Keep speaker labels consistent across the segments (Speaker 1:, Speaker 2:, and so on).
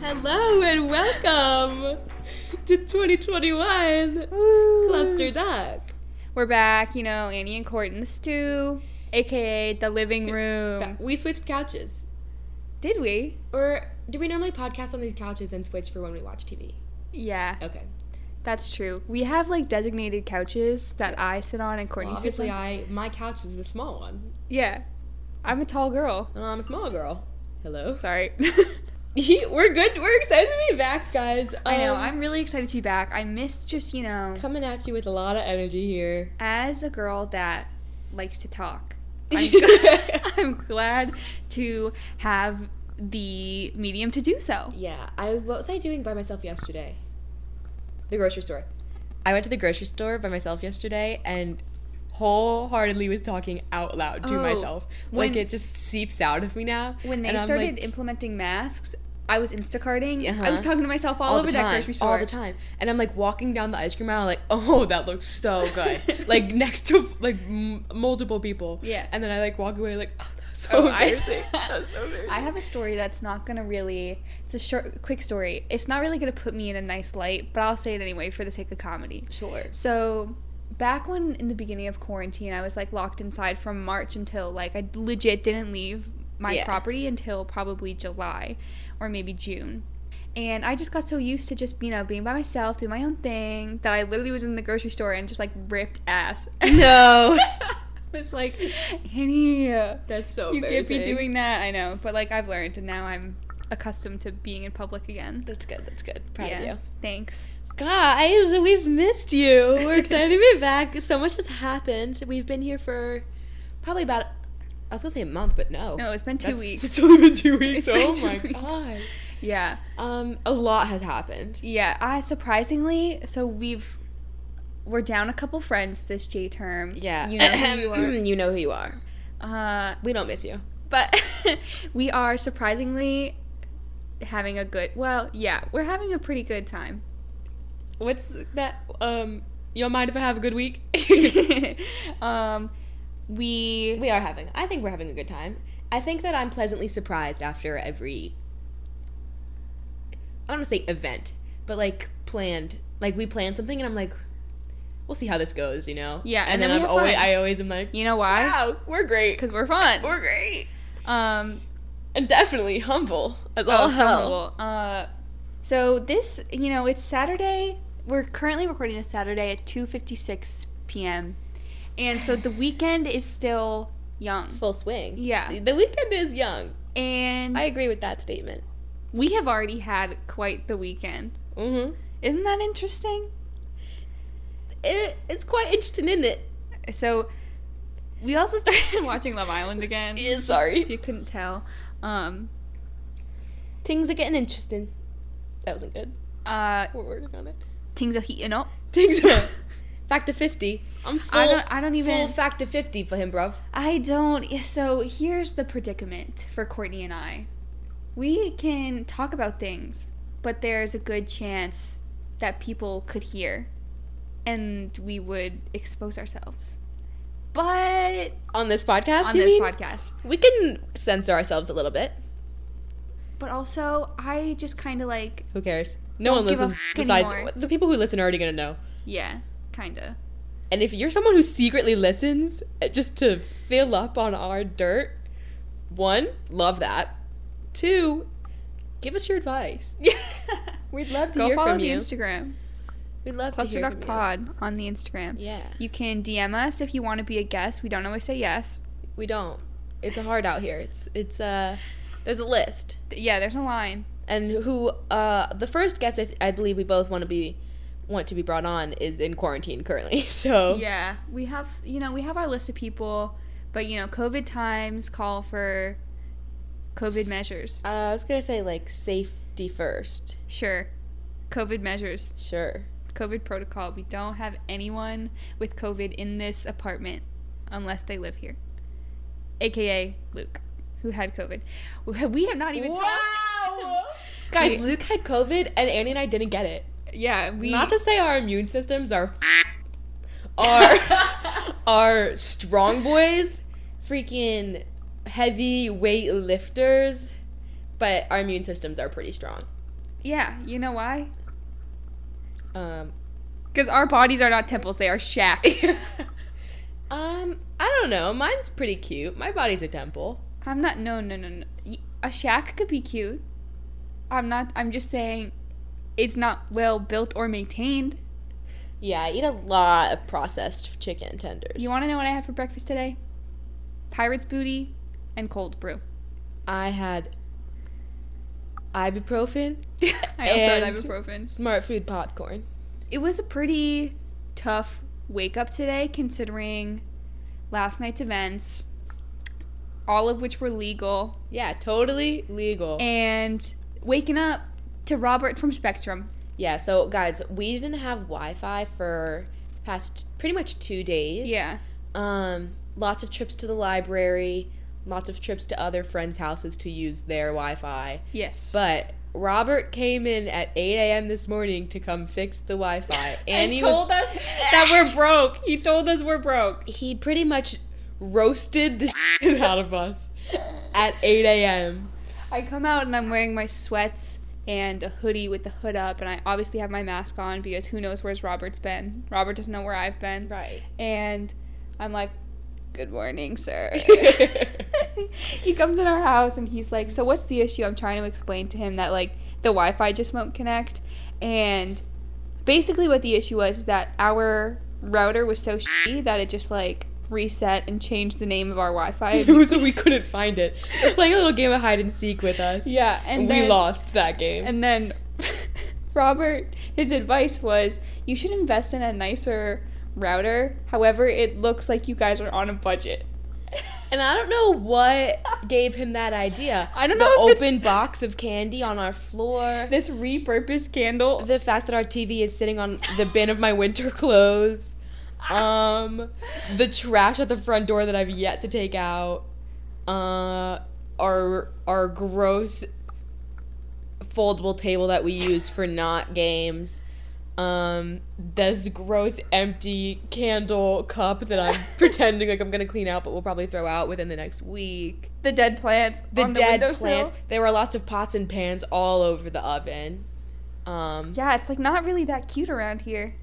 Speaker 1: Hello and welcome to 2021 Cluster Duck.
Speaker 2: We're back, you know, Annie and Court in the stew, aka the living room.
Speaker 1: We switched couches.
Speaker 2: Did we?
Speaker 1: Or do we normally podcast on these couches and switch for when we watch TV?
Speaker 2: Yeah,
Speaker 1: Okay.
Speaker 2: that's true. We have like designated couches that I sit on and Courtney
Speaker 1: Well,
Speaker 2: sits
Speaker 1: obviously,
Speaker 2: on.
Speaker 1: I my couch is a small one.
Speaker 2: yeah, I'm a tall girl.
Speaker 1: And I'm a small girl. Hello.
Speaker 2: Sorry.
Speaker 1: We're good. We're excited to be back, guys.
Speaker 2: I know.
Speaker 1: Um,
Speaker 2: I'm really excited to be back. I missed just you know,
Speaker 1: coming at you with a lot of energy here.
Speaker 2: as a girl that likes to talk. I'm,
Speaker 1: I'm-
Speaker 2: I'm glad to have the medium to do so.
Speaker 1: Yeah, I what was I doing by myself yesterday? The grocery store. I went to the grocery store by myself yesterday and wholeheartedly was talking out loud to
Speaker 2: Oh,
Speaker 1: myself. like
Speaker 2: when-
Speaker 1: it just seeps out of me now.
Speaker 2: when they
Speaker 1: and I'm,
Speaker 2: started
Speaker 1: like,
Speaker 2: implementing masks, I was Instacarting. I was
Speaker 1: Uh-huh.
Speaker 2: talking to myself all,
Speaker 1: all
Speaker 2: over
Speaker 1: the
Speaker 2: that
Speaker 1: time,
Speaker 2: grocery store.
Speaker 1: all the time, and I'm like walking down the ice cream aisle, like, oh, that looks so good, like next to like m- multiple people.
Speaker 2: Yeah.
Speaker 1: and then I like walk away, like, oh, that's so
Speaker 2: Oh, I-
Speaker 1: embarrassing. that's so embarrassing.
Speaker 2: I have a story that's not gonna really. It's a short, quick story. It's not really gonna put me in a nice light, but I'll say it anyway for the sake of comedy.
Speaker 1: sure.
Speaker 2: So, back when in the beginning of quarantine, I was like locked inside from March until like I legit didn't leave my
Speaker 1: Yeah.
Speaker 2: property until probably July or maybe June. And I just got so used to just, you know, being by myself, doing my own thing, that I literally was in the grocery store and just like ripped ass.
Speaker 1: No.
Speaker 2: I was like, Annie,
Speaker 1: That's so
Speaker 2: you can't
Speaker 1: embarrassing.
Speaker 2: be doing that. I know. But like, I've learned and now I'm accustomed to being in public again.
Speaker 1: That's good. That's good. Proud of
Speaker 2: Yeah.
Speaker 1: you.
Speaker 2: Thanks.
Speaker 1: Guys, we've missed you. We're excited to be back. So much has happened. We've been here for probably about, I was going to say a month, but no.
Speaker 2: No, it's been two
Speaker 1: That's-
Speaker 2: weeks.
Speaker 1: It's only been two weeks.
Speaker 2: It's been
Speaker 1: oh
Speaker 2: two
Speaker 1: my
Speaker 2: weeks.
Speaker 1: God.
Speaker 2: Yeah.
Speaker 1: Um, a lot has happened.
Speaker 2: Yeah, I surprisingly, so we've we're down a couple friends this J term.
Speaker 1: Yeah.
Speaker 2: you know who you are.
Speaker 1: You know who you are.
Speaker 2: Uh,
Speaker 1: We don't miss you.
Speaker 2: but we are surprisingly having a good. Well, yeah, we're having a pretty good time.
Speaker 1: What's that? Um, y'all mind if I have a good week?
Speaker 2: um, we
Speaker 1: we are having, I think we're having a good time. I think that I'm pleasantly surprised after every, I don't want to say event, but like planned, like we planned something and I'm like, we'll see how this goes, you know?
Speaker 2: Yeah,
Speaker 1: And,
Speaker 2: and
Speaker 1: then,
Speaker 2: then we
Speaker 1: I'm
Speaker 2: have
Speaker 1: always,
Speaker 2: fun.
Speaker 1: I always am like,
Speaker 2: you know why?
Speaker 1: wow, we're great.
Speaker 2: Because we're fun.
Speaker 1: We're great.
Speaker 2: Um,
Speaker 1: And definitely humble as all
Speaker 2: oh, so
Speaker 1: hell.
Speaker 2: horrible. Uh, so this, you know, it's Saturday. We're currently recording this Saturday at 2:56 p.m. And so the weekend is still young.
Speaker 1: Full swing.
Speaker 2: Yeah.
Speaker 1: The weekend is young.
Speaker 2: And
Speaker 1: I agree with that statement.
Speaker 2: we have already had quite the weekend.
Speaker 1: Mm-hmm.
Speaker 2: Isn't that interesting?
Speaker 1: It, it's quite interesting, isn't it?
Speaker 2: So we also started watching Love Island again.
Speaker 1: Yeah,
Speaker 2: If
Speaker 1: sorry.
Speaker 2: you couldn't tell. Um
Speaker 1: Things are getting interesting. That wasn't good.
Speaker 2: uh
Speaker 1: We're working on it.
Speaker 2: things are heating up.
Speaker 1: Things are. Factor 50. I'm full.
Speaker 2: I don't I don't
Speaker 1: Full
Speaker 2: even
Speaker 1: factor 50 for him, bruv.
Speaker 2: I don't so here's the predicament for Courtney and I. We can talk about things, but there's a good chance that people could hear and we would expose ourselves. But
Speaker 1: On this podcast,
Speaker 2: on
Speaker 1: you
Speaker 2: this
Speaker 1: mean?
Speaker 2: podcast.
Speaker 1: We can censor ourselves a little bit.
Speaker 2: But also, I just kind of like,
Speaker 1: Who cares? No
Speaker 2: Don't
Speaker 1: one
Speaker 2: give a
Speaker 1: listens.
Speaker 2: f-
Speaker 1: Besides,
Speaker 2: anymore.
Speaker 1: the people who listen are already gonna know.
Speaker 2: yeah, kind of.
Speaker 1: And if you're someone who secretly listens uh, just to fill up on our dirt, one, love that. Two, give us your advice.
Speaker 2: Yeah.
Speaker 1: We'd love to
Speaker 2: Go
Speaker 1: hear
Speaker 2: follow
Speaker 1: from
Speaker 2: the
Speaker 1: you.
Speaker 2: Instagram.
Speaker 1: We'd love to
Speaker 2: Cluster
Speaker 1: hear
Speaker 2: Duck
Speaker 1: from
Speaker 2: Pod on the Instagram.
Speaker 1: you. Yeah,
Speaker 2: You can DM us if you want to be a guest. We don't always say yes.
Speaker 1: we don't. It's hard out here. It's it's uh, there's a list.
Speaker 2: Th- Yeah, there's a line.
Speaker 1: and who uh the first guest I, I believe we both want to be want to be brought on is in quarantine currently so
Speaker 2: Yeah, we have, you know, we have our list of people, but, you know, COVID times call for COVID
Speaker 1: S-
Speaker 2: measures.
Speaker 1: uh, i was gonna say like safety first
Speaker 2: Sure. COVID measures,
Speaker 1: sure
Speaker 2: COVID protocol. We don't have anyone with COVID in this apartment unless they live here. AKA Luke, who had COVID. We have- We have not even
Speaker 1: wow guys
Speaker 2: We-
Speaker 1: luke had covid and annie and i didn't get it
Speaker 2: Yeah, we
Speaker 1: not to say our immune systems are f- are are strong boys freaking heavy weight lifters but our immune systems are pretty strong
Speaker 2: Yeah, you know why?
Speaker 1: Um,
Speaker 2: Because our bodies are not temples, they are shacks.
Speaker 1: um, I don't know. Mine's pretty cute. My body's a temple.
Speaker 2: I'm not. No, no, no, no. Y- A shack could be cute. I'm not. I'm just saying, it's not well built or maintained.
Speaker 1: Yeah, I eat a lot of processed chicken tenders.
Speaker 2: You want to know what I had for breakfast today? Pirate's booty and cold brew.
Speaker 1: I had ibuprofen,
Speaker 2: I also had
Speaker 1: And-
Speaker 2: ibuprofen.
Speaker 1: smart food popcorn.
Speaker 2: It was a pretty tough wake up today, considering last night's events, all of which were legal,
Speaker 1: Yeah, totally legal.
Speaker 2: and waking up to Robert from Spectrum.
Speaker 1: yeah, so guys, we didn't have Wi-Fi for the past pretty much 2 days.
Speaker 2: Yeah.
Speaker 1: Um, lots of trips to the library, lots of trips to other friends' houses to use their Wi-Fi.
Speaker 2: Yes.
Speaker 1: But Robert came in at 8 a.m. this morning to come fix the Wi-Fi, and he
Speaker 2: told
Speaker 1: was,
Speaker 2: us that we're broke. He told us we're broke.
Speaker 1: he pretty much roasted the shit out of us at 8 a.m.
Speaker 2: I come out and I'm wearing my sweats and a hoodie with the hood up, and I obviously have my mask on because who knows where's Robert's been. Robert doesn't know where I've been.
Speaker 1: Right.
Speaker 2: And I'm like, Good morning, sir. he comes in our house and he's like, So what's the issue? I'm trying to explain to him that like the Wi Fi just won't connect. And basically what the issue was is that our router was so shitty that it just like reset and changed the name of our Wi Fi.
Speaker 1: It was so we couldn't find it. It was playing a little game of hide and seek with us.
Speaker 2: yeah,
Speaker 1: And
Speaker 2: and
Speaker 1: we
Speaker 2: then,
Speaker 1: lost that game.
Speaker 2: And then Robert, his advice was you should invest in a nicer router. However, it looks like you guys are on a budget.
Speaker 1: And I don't know what gave him that idea.
Speaker 2: I don't
Speaker 1: the
Speaker 2: know if it's-
Speaker 1: open box of candy on our floor.
Speaker 2: This repurposed candle.
Speaker 1: The fact that our TV is sitting on the bin of my winter clothes. Um, the trash at the front door that I've yet to take out. Uh, our our gross foldable table that we use for not games. Um, this gross empty candle cup that I'm pretending like I'm gonna clean out, but we'll probably throw out within the next week.
Speaker 2: The dead plants.
Speaker 1: The
Speaker 2: on
Speaker 1: dead
Speaker 2: the windowsill.
Speaker 1: plants. There were lots of pots and pans all over the oven. Um,
Speaker 2: Yeah, it's like not really that cute around here.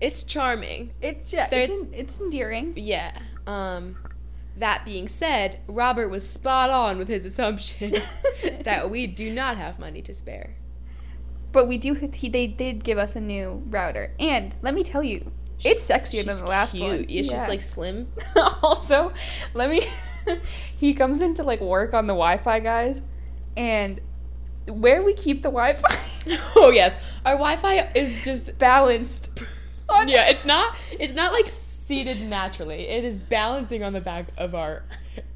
Speaker 1: it's charming.
Speaker 2: It's yeah,
Speaker 1: There's-
Speaker 2: it's, en- it's endearing.
Speaker 1: Yeah. Um that being said, Robert was spot on with his assumption that we do not have money to spare.
Speaker 2: But we do. He, they did give us a new router, and let me tell you, it's sexier than
Speaker 1: She's
Speaker 2: the last
Speaker 1: cute.
Speaker 2: one.
Speaker 1: Yeah, she's
Speaker 2: Yeah.
Speaker 1: like slim.
Speaker 2: also, let me. he comes in to like work on the Wi-Fi guys, and where we keep the Wi-Fi
Speaker 1: Oh yes, our Wi-Fi is just
Speaker 2: balanced. on-
Speaker 1: yeah. It's not. It's not like seated naturally. It is balancing on the back of our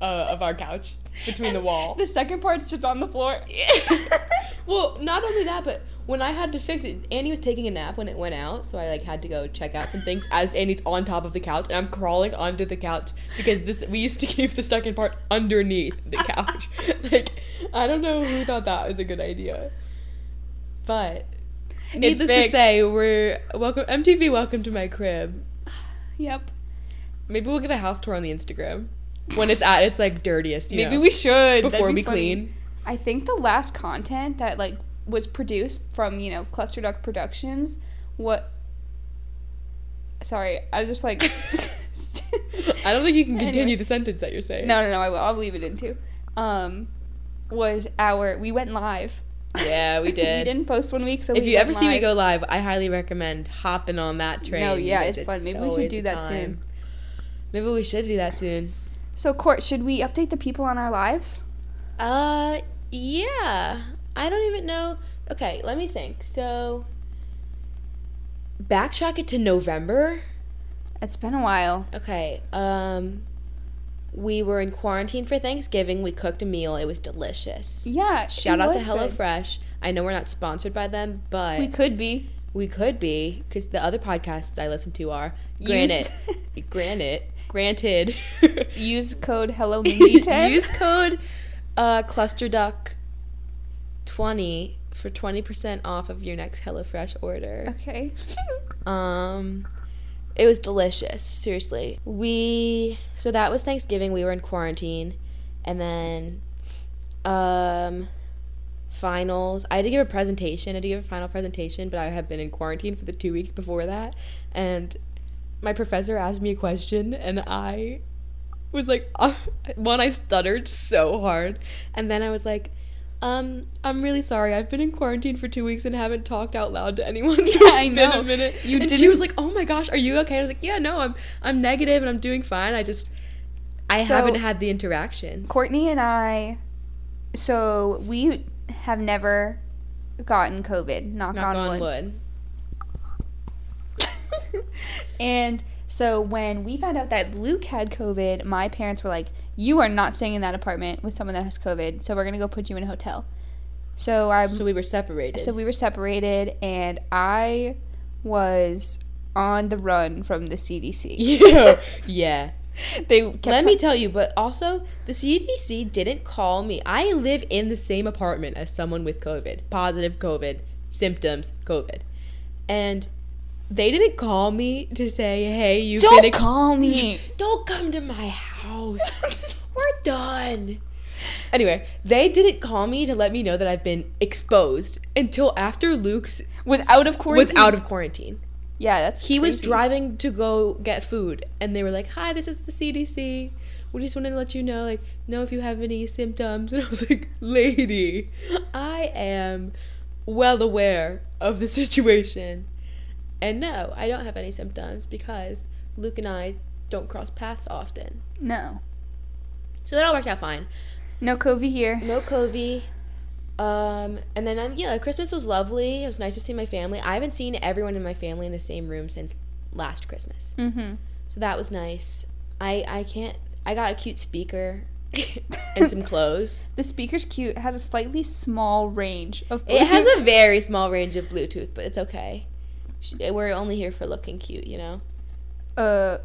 Speaker 1: uh, of our couch between the wall.
Speaker 2: The second part's just on the floor.
Speaker 1: well, not only that, but when I had to fix it, Annie was taking a nap when it went out, so I like had to go check out some things as Annie's on top of the couch and I'm crawling onto the couch because this we used to keep the second part underneath the couch. like I don't know who thought that was a good idea. But needless to
Speaker 2: fixed.
Speaker 1: say, we're welcome MTV welcome to my crib.
Speaker 2: Yep.
Speaker 1: Maybe we'll give a house tour on the Instagram when it's at its like dirtiest, you
Speaker 2: Maybe
Speaker 1: know,
Speaker 2: we should That'd
Speaker 1: before
Speaker 2: be
Speaker 1: we
Speaker 2: funny.
Speaker 1: clean.
Speaker 2: I think the last content that like was produced from you know Cluster Duck Productions. What? Sorry, I was just like.
Speaker 1: I don't think you can continue
Speaker 2: Anyway.
Speaker 1: the sentence that you're saying.
Speaker 2: No, no, no. I will. I'll leave it in too. Um, was our we went live.
Speaker 1: Yeah, we
Speaker 2: we
Speaker 1: did.
Speaker 2: didn't post one week, so
Speaker 1: if
Speaker 2: we
Speaker 1: you ever
Speaker 2: went
Speaker 1: see me
Speaker 2: live.
Speaker 1: go live, I highly recommend hopping on that train.
Speaker 2: No, yeah,
Speaker 1: because
Speaker 2: it's fun. Maybe we should
Speaker 1: always
Speaker 2: do
Speaker 1: a
Speaker 2: that
Speaker 1: time.
Speaker 2: soon.
Speaker 1: Maybe we should do that soon.
Speaker 2: So, Court, should we update the people on our lives?
Speaker 1: Uh, yeah. I don't even know. Okay, let me think. So, backtrack it to November.
Speaker 2: It's been a while.
Speaker 1: Okay. Um, we were in quarantine for Thanksgiving. We cooked a meal. It was delicious.
Speaker 2: Yeah. it
Speaker 1: Shout out to
Speaker 2: was good.
Speaker 1: HelloFresh. I know we're not sponsored by them, but
Speaker 2: We could be
Speaker 1: We could be, because the other podcasts I listen to are
Speaker 2: Used-
Speaker 1: Granite, Granite, Granted.
Speaker 2: Use code Hello Mindy ten.
Speaker 1: Use code uh, ClusterDuck twenty for twenty percent off of your next HelloFresh order.
Speaker 2: Okay.
Speaker 1: Um, it was delicious. Seriously, we so that was Thanksgiving. We were in quarantine, and then um, finals. I had to give a presentation. I had to give a final presentation, but I had been in quarantine for the two weeks before that. And my professor asked me a question, and I was like, uh, one, I stuttered so hard. And then I was like, um, I'm really sorry. I've been in quarantine for two weeks and haven't talked out loud to anyone. So
Speaker 2: Yeah,
Speaker 1: it's
Speaker 2: I
Speaker 1: been
Speaker 2: know.
Speaker 1: a minute.
Speaker 2: You
Speaker 1: and she
Speaker 2: didn't-
Speaker 1: was like, "Oh my gosh, are you okay?" I was like, "Yeah, no, I'm I'm negative and I'm doing fine. I just I
Speaker 2: So-
Speaker 1: haven't had the interactions."
Speaker 2: Courtney and I, so we have never gotten COVID. Knock,
Speaker 1: Knock
Speaker 2: on,
Speaker 1: on
Speaker 2: wood.
Speaker 1: wood.
Speaker 2: and so when we found out that Luke had COVID, my parents were like, "You are not staying in that apartment with someone that has COVID. So we're gonna go put you in a hotel." So I
Speaker 1: Um, So we were separated.
Speaker 2: so we were separated, and I was on the run from the CDC.
Speaker 1: yeah. yeah.
Speaker 2: they kept
Speaker 1: Let me tell you, but also the CDC didn't call me. I live in the same apartment as someone with COVID, positive COVID, symptoms, COVID. And they didn't call me to say, "Hey, you've
Speaker 2: don't
Speaker 1: been ex-
Speaker 2: call me.
Speaker 1: Don't come to my house. We're done. Anyway, they didn't call me to let me know that I've been exposed until after Luke's
Speaker 2: Was out of
Speaker 1: Was
Speaker 2: quarantine.
Speaker 1: out of quarantine.
Speaker 2: yeah, that's
Speaker 1: He was
Speaker 2: crazy.
Speaker 1: driving to go get food, and they were like, "Hi, this is the CDC. We just wanted to let you know, like, know if you have any symptoms." And I was like, "Lady, I am well aware of the situation, and no, I don't have any symptoms because Luke and I don't cross paths often,
Speaker 2: No,
Speaker 1: so it all worked out fine.
Speaker 2: no COVID here.
Speaker 1: No COVID." Um, and then um, yeah, Christmas was lovely. It was nice to see my family. I haven't seen everyone in my family in the same room since last Christmas.
Speaker 2: Mm-hmm.
Speaker 1: So that was nice. I I can't. I got a cute speaker and some clothes.
Speaker 2: The speaker's cute. It has a slightly small range of.
Speaker 1: It has a
Speaker 2: Bluetooth.
Speaker 1: very small range of Bluetooth, but it's okay. Sh- We're only here for looking cute, you know.
Speaker 2: Uh,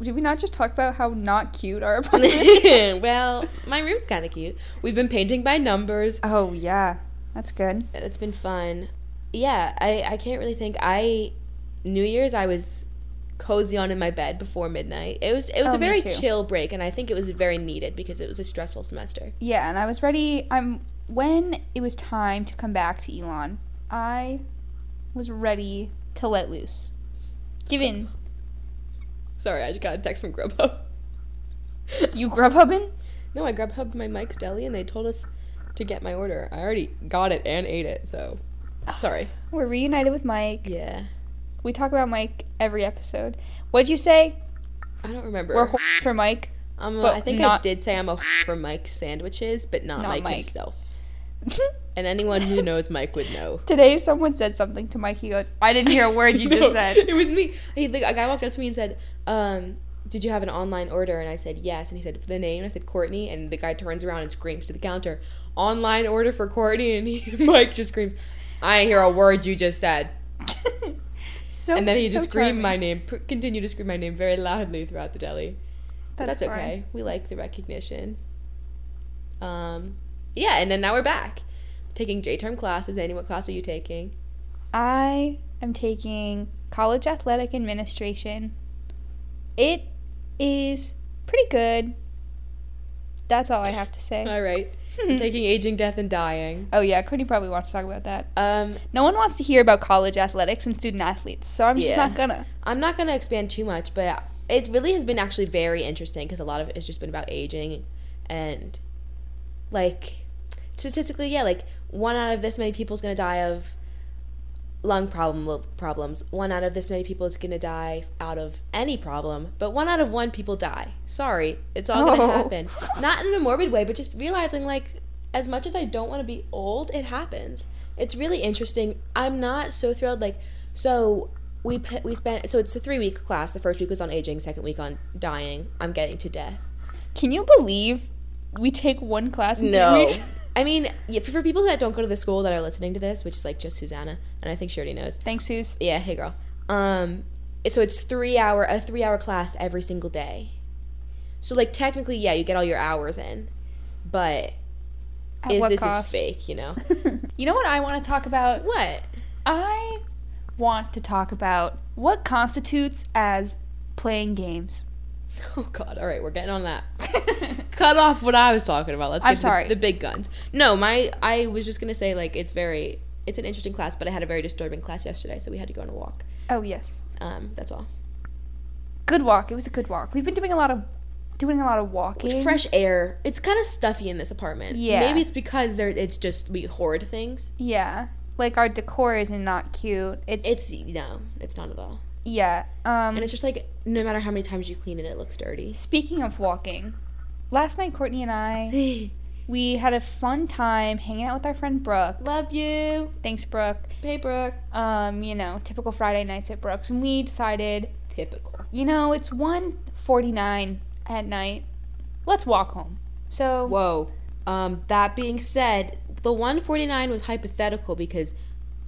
Speaker 2: did we not just talk about how not cute our apartment is?
Speaker 1: well, my room's kind of cute. We've been painting by numbers.
Speaker 2: oh yeah, that's good.
Speaker 1: It's been fun. Yeah, I I can't really think. I New Year's I was cozy on in my bed before midnight. It was it was
Speaker 2: Oh,
Speaker 1: a
Speaker 2: me
Speaker 1: very
Speaker 2: too.
Speaker 1: chill break, and I think it was very needed because it was a stressful semester.
Speaker 2: Yeah, and I was ready. I'm when it was time to come back to Elon. I was ready to let loose. Given
Speaker 1: Sorry, I just got a text from Grubhub.
Speaker 2: you grub hubbing,
Speaker 1: No, I grub hubbed my Mike's Deli and they told us to get my order. I already got it and ate it, so
Speaker 2: Ah.
Speaker 1: sorry.
Speaker 2: we're reunited with Mike.
Speaker 1: Yeah,
Speaker 2: We talk about Mike every episode. What'd you say?
Speaker 1: I don't remember.
Speaker 2: We're wh- for Mike.
Speaker 1: I'm a-
Speaker 2: but
Speaker 1: I think
Speaker 2: not-
Speaker 1: I did say I'm a for Mike's sandwiches, but not,
Speaker 2: Not
Speaker 1: Mike,
Speaker 2: Mike.
Speaker 1: himself. And anyone who knows Mike would know.
Speaker 2: Today, someone said something to Mike. He goes, "I didn't hear a word you just
Speaker 1: No,
Speaker 2: said."
Speaker 1: It was me. He, the, a guy walked up to me and said, um, "Did you have an online order?" And I said, "Yes." And he said, "The name?" I said, "Courtney." And the guy turns around and screams to the counter, "Online order for Courtney!" And he, Mike just screams, "I didn't hear a word you just said."
Speaker 2: so
Speaker 1: and then he
Speaker 2: so
Speaker 1: just screamed
Speaker 2: charming.
Speaker 1: my name, pr- continued to scream my name very loudly throughout the deli. But that's,
Speaker 2: fine.
Speaker 1: okay. We like the recognition. Um, yeah, and then now we're back, taking J term classes. Annie, what class are you taking?
Speaker 2: I am taking college athletic administration. It is pretty good. That's all I have to say.
Speaker 1: All right, I'm taking aging, death, and dying.
Speaker 2: oh yeah, Courtney probably wants to talk about that.
Speaker 1: Um,
Speaker 2: No one wants to hear about college athletics and student athletes, so I'm just
Speaker 1: Yeah.
Speaker 2: not gonna.
Speaker 1: I'm not gonna expand too much, but it really has been actually very interesting because a lot of it's just been about aging and like statistically, yeah, like one out of this many people is gonna die of lung problem problems. One out of this many people is gonna die out of any problem, but one out of one people die. Sorry, it's all
Speaker 2: Oh.
Speaker 1: gonna happen. Not in a morbid way, but just realizing like as much as I don't want to be old, it happens. It's really interesting. I'm not so thrilled. Like, so we p- we spent so it's a three week class. The first week was on aging, second week on dying. I'm getting to death.
Speaker 2: Can you believe we take one class? in three weeks?
Speaker 1: I mean, yeah, for people that don't go to the school that are listening to this, which is like just Susanna, and I think she already knows.
Speaker 2: Thanks, Suze.
Speaker 1: Yeah, hey girl. Um, so it's three hour a three hour class every single day. So like technically, yeah, you get all your hours in, but
Speaker 2: At
Speaker 1: is,
Speaker 2: what
Speaker 1: this
Speaker 2: cost?
Speaker 1: is fake, you know?
Speaker 2: you know what I want to talk about?
Speaker 1: what?
Speaker 2: I want to talk about what constitutes as playing games.
Speaker 1: Oh God! All right, we're getting on that. Cut off what I was talking about. Let's. Get
Speaker 2: I'm
Speaker 1: to the-
Speaker 2: sorry.
Speaker 1: The, big guns. No, my I was just gonna say like it's very it's an interesting class, but I had a very disturbing class yesterday, so we had to go on a walk.
Speaker 2: oh yes.
Speaker 1: Um, that's all.
Speaker 2: Good walk. It was a good walk. We've been doing a lot of doing a lot of walking.
Speaker 1: Fresh air. It's kind of stuffy in this apartment.
Speaker 2: Yeah.
Speaker 1: Maybe it's because there. It's just we hoard things.
Speaker 2: Yeah. Like our decor isn't not cute. It's
Speaker 1: It's no, it's not at all.
Speaker 2: yeah. Um
Speaker 1: And it's just like no matter how many times you clean it, it looks dirty.
Speaker 2: speaking of walking, last night Courtney and I we had a fun time hanging out with our friend Brooke.
Speaker 1: Love you,
Speaker 2: Thanks Brooke.
Speaker 1: hey Brooke.
Speaker 2: Um, you know, typical Friday nights at Brooks and we decided,
Speaker 1: Typical.
Speaker 2: you know, it's 1:49 at night. Let's walk home. So
Speaker 1: Whoa. Um, that being said, the 149 was hypothetical because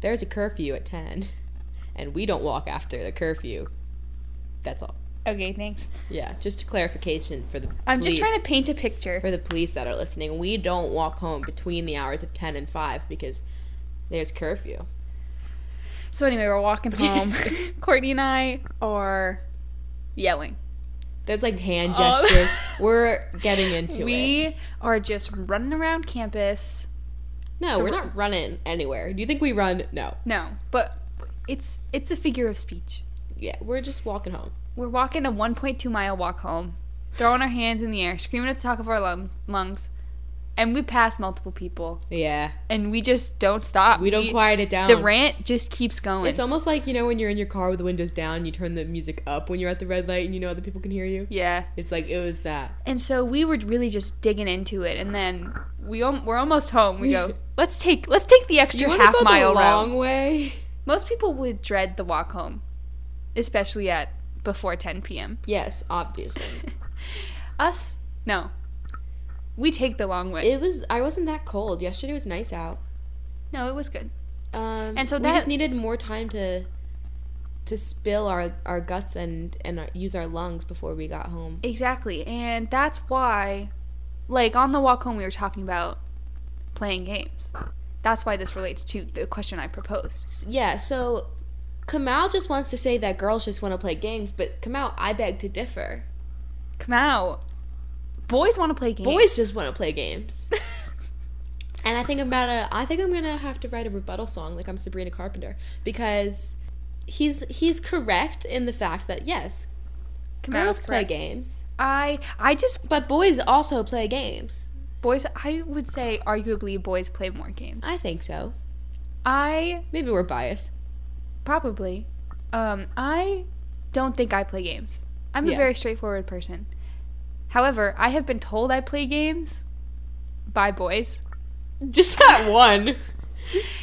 Speaker 1: there's a curfew at 10, and we don't walk after the curfew. That's all.
Speaker 2: okay, thanks.
Speaker 1: Yeah, just a clarification for the
Speaker 2: I'm just trying to
Speaker 1: police-
Speaker 2: paint a picture.
Speaker 1: for the police that are listening. We don't walk home between the hours of 10 and 5 because there's curfew.
Speaker 2: So anyway, we're walking home. Courtney and I are yelling.
Speaker 1: There's like hand
Speaker 2: Oh.
Speaker 1: gestures. We're getting into it.
Speaker 2: we are just running around campus.
Speaker 1: No, we're not running anywhere. Do you think we run? No.
Speaker 2: No, but it's it's a figure of speech.
Speaker 1: Yeah, we're just walking home.
Speaker 2: We're walking a 1.2 mile walk home, throwing our hands in the air, screaming at the top of our lungs, lungs, and we pass multiple people,
Speaker 1: Yeah,
Speaker 2: and we just don't stop.
Speaker 1: we don't quiet it down.
Speaker 2: The rant just keeps going.
Speaker 1: It's almost like you know when you're in your car with the windows down, you turn the music up when you're at the red light, and you know other people can hear you.
Speaker 2: yeah.
Speaker 1: It's like it was that.
Speaker 2: And so we were really just digging into it, and then we al- we're almost home. We go, let's take let's take the
Speaker 1: You
Speaker 2: extra
Speaker 1: want to
Speaker 2: half
Speaker 1: go
Speaker 2: mile
Speaker 1: the
Speaker 2: route.
Speaker 1: long way?
Speaker 2: Most people would dread the walk home, especially at before 10 p.m.
Speaker 1: Yes, obviously.
Speaker 2: Us, no. We take the long way.
Speaker 1: It was. I wasn't that cold. Yesterday was nice out.
Speaker 2: no, it was good.
Speaker 1: Um,
Speaker 2: And so
Speaker 1: we
Speaker 2: that-
Speaker 1: just needed more time to to spill our our guts and and our, use our lungs before we got home.
Speaker 2: Exactly. And that's why, like, on the walk home, we were talking about playing games. That's why this relates to the question I proposed.
Speaker 1: S- Yeah. So Kamal just wants to say that girls just want to play games, but Kamal, I beg to differ.
Speaker 2: Come out. Boys want to play games.
Speaker 1: Boys just want to play games. And I think about a. I think I'm gonna have to write a rebuttal song like I'm Sabrina Carpenter because he's he's correct in the fact that yes,
Speaker 2: Come out
Speaker 1: girls
Speaker 2: is
Speaker 1: play
Speaker 2: correct.
Speaker 1: games,
Speaker 2: I, I just,
Speaker 1: but boys also play games.
Speaker 2: boys, I would say arguably boys play more games.
Speaker 1: I think so.
Speaker 2: I
Speaker 1: Maybe we're biased.
Speaker 2: Probably. Um, I don't think I play games. I'm a
Speaker 1: Yeah.
Speaker 2: very straightforward person. However, I have been told I play games by boys.
Speaker 1: Just that one.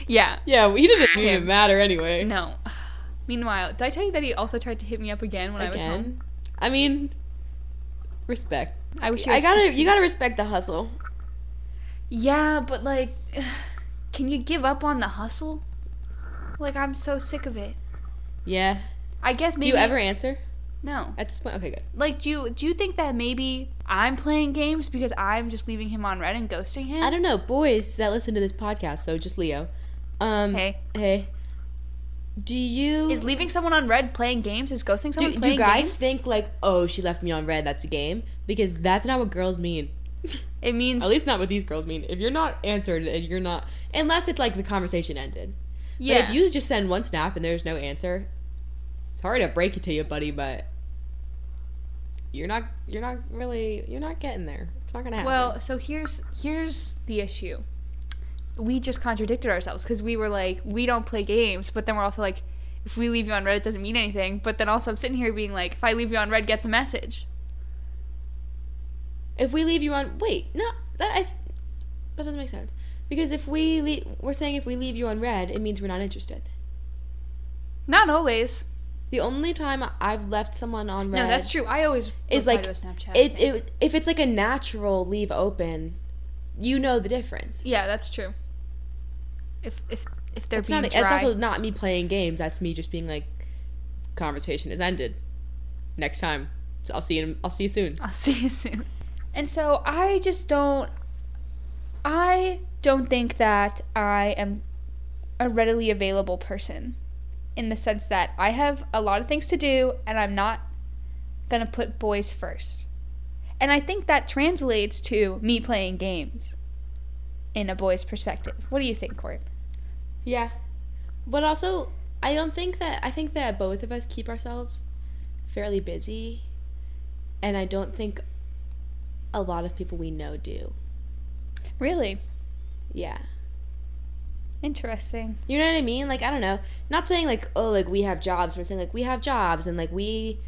Speaker 2: Yeah.
Speaker 1: Yeah, he didn't
Speaker 2: even Yeah.
Speaker 1: matter anyway.
Speaker 2: No. Meanwhile, did I tell you that he also tried to hit me up again when I was home?
Speaker 1: Again, I mean, respect.
Speaker 2: I wish he
Speaker 1: I
Speaker 2: was
Speaker 1: gotta
Speaker 2: conceited.
Speaker 1: you gotta respect the hustle.
Speaker 2: Yeah, but like, can you give up on the hustle? Like, I'm so sick of it.
Speaker 1: Yeah.
Speaker 2: I guess maybe.
Speaker 1: Do you ever answer
Speaker 2: No.
Speaker 1: at this point? Okay, good.
Speaker 2: Like, do you do you think that maybe I'm playing games because I'm just leaving him on red and ghosting him?
Speaker 1: I don't know, boys that listen to this podcast. So just Leo. Um,
Speaker 2: Hey.
Speaker 1: Hey. Do you
Speaker 2: Is leaving someone on red playing games? Is ghosting
Speaker 1: do,
Speaker 2: someone
Speaker 1: do
Speaker 2: playing
Speaker 1: you guys
Speaker 2: games?
Speaker 1: think like, oh, she left me on red? That's a game because that's not what girls mean.
Speaker 2: it means
Speaker 1: At least not what these girls mean. If you're not answered and you're not, unless it's like the conversation ended.
Speaker 2: yeah.
Speaker 1: But if you just send one snap and there's no answer, sorry to break it to you, buddy, but you're not you're not really you're not getting there. It's not gonna happen.
Speaker 2: well, so here's here's the issue. We just contradicted ourselves because we were like, we don't play games, but then we're also like, if we leave you on red, it doesn't mean anything. But then also, I'm sitting here being like, if I leave you on red, get the message.
Speaker 1: if we leave you on wait no that I, that doesn't make sense because if we leave we're saying if we leave you on red it means we're not interested
Speaker 2: Not always.
Speaker 1: the only time i've left someone on red
Speaker 2: No, that's true. I always
Speaker 1: It's
Speaker 2: reply
Speaker 1: like,
Speaker 2: to a Snapchat.
Speaker 1: it, it, if it's like a natural leave open you know the difference
Speaker 2: yeah, that's true. If if if they're
Speaker 1: it's
Speaker 2: being
Speaker 1: not
Speaker 2: dry,
Speaker 1: it's also not me playing games that's me just being like conversation is ended next time so i'll see you i'll see you soon
Speaker 2: I'll see you soon. And so I just don't. I don't think that I am a readily available person in the sense that I have a lot of things to do and I'm not gonna put boys first. And I think that translates to me playing games in a boy's perspective. What do you think, Court?
Speaker 1: Yeah. But also, I don't think that I think that both of us keep ourselves fairly busy, and I don't think a lot of people we know do.
Speaker 2: Really?
Speaker 1: Yeah.
Speaker 2: Interesting.
Speaker 1: You know what I mean? Like I don't know. Not saying like oh like we have jobs, but saying like we have jobs and like we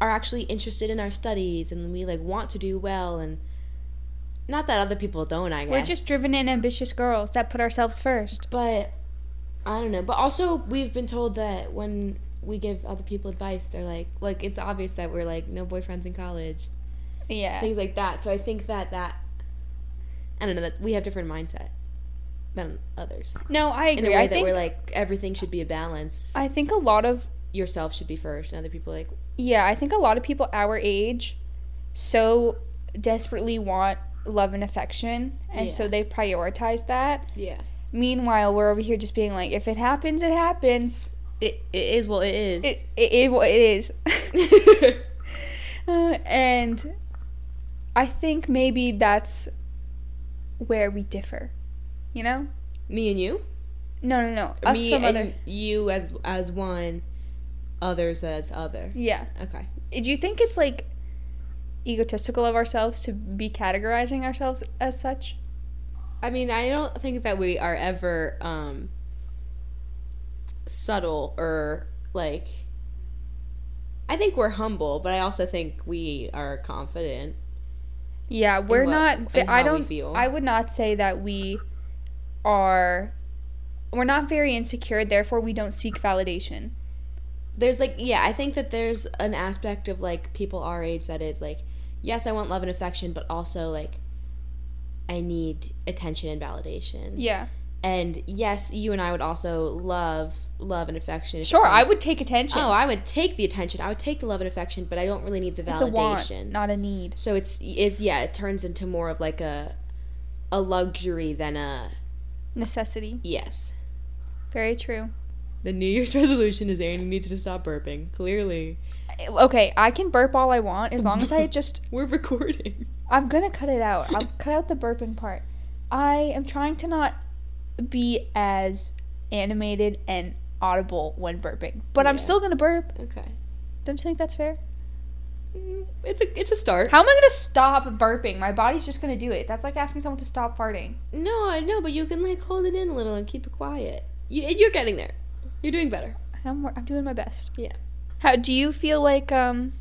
Speaker 1: are actually interested in our studies and we like want to do well and not that other people don't, I guess.
Speaker 2: We're just driven and ambitious girls that put ourselves first.
Speaker 1: but I don't know. But also we've been told that when we give other people advice, they're like like it's obvious that we're like no boyfriends in college.
Speaker 2: Yeah.
Speaker 1: Things like that. So I think that that I don't know that we have different mindset than others.
Speaker 2: No, I
Speaker 1: in a
Speaker 2: agree.
Speaker 1: way
Speaker 2: I
Speaker 1: that
Speaker 2: think
Speaker 1: we're like everything should be a balance.
Speaker 2: I think a lot of
Speaker 1: Yourself should be first, and other people like
Speaker 2: yeah, I think a lot of people our age so desperately want love and affection and so
Speaker 1: Yeah.
Speaker 2: they prioritize that.
Speaker 1: yeah.
Speaker 2: Meanwhile, we're over here just being like if it happens, it happens.
Speaker 1: It it is well it is.
Speaker 2: It it, it, what it is. Uh, and I think maybe that's where we differ. You know?
Speaker 1: Me and you,
Speaker 2: No, no, no. Us
Speaker 1: me
Speaker 2: from
Speaker 1: and
Speaker 2: other.
Speaker 1: you as as one, others as other.
Speaker 2: Yeah.
Speaker 1: Okay.
Speaker 2: Do you think it's like egotistical of ourselves to be categorizing ourselves as such?
Speaker 1: I mean, I don't think that we are ever um, subtle or like. I think we're humble, but I also think we are confident.
Speaker 2: Yeah, we're
Speaker 1: what-
Speaker 2: not. ve-
Speaker 1: in
Speaker 2: I
Speaker 1: how we
Speaker 2: don't.
Speaker 1: feel.
Speaker 2: I would not say that we are. We're not very insecure. Therefore, we don't seek validation.
Speaker 1: There's like, yeah, I think that there's an aspect of like people our age that is like, yes, I want love and affection, but also like, I need attention and validation.
Speaker 2: Yeah.
Speaker 1: And yes, you and I would also love love and affection. if it
Speaker 2: Sure, I
Speaker 1: comes-
Speaker 2: would take attention.
Speaker 1: Oh, I would take the attention. I would take the love and affection, but I don't really need the validation.
Speaker 2: it's a want, not a need.
Speaker 1: So it's it's yeah, it turns into more of like a a luxury than a
Speaker 2: Necessity.
Speaker 1: yes.
Speaker 2: Very true.
Speaker 1: The New Year's resolution is Annie needs to stop burping. Clearly,
Speaker 2: Okay, I can burp all I want as long as I just.
Speaker 1: we're recording.
Speaker 2: I'm gonna cut it out. I'll cut out the burping part. I am trying to not be as animated and audible when burping, but I'm
Speaker 1: Yeah.
Speaker 2: still gonna burp.
Speaker 1: Okay,
Speaker 2: Don't you think that's fair?
Speaker 1: Mm, it's a it's a start.
Speaker 2: How am I gonna stop burping? My body's just gonna do it. That's like asking someone to stop farting.
Speaker 1: No, I know, but you can like hold it in a little and keep it quiet. You, you're getting there. You're doing better.
Speaker 2: I'm, wor- I'm doing my best.
Speaker 1: Yeah.
Speaker 2: How do you feel like um,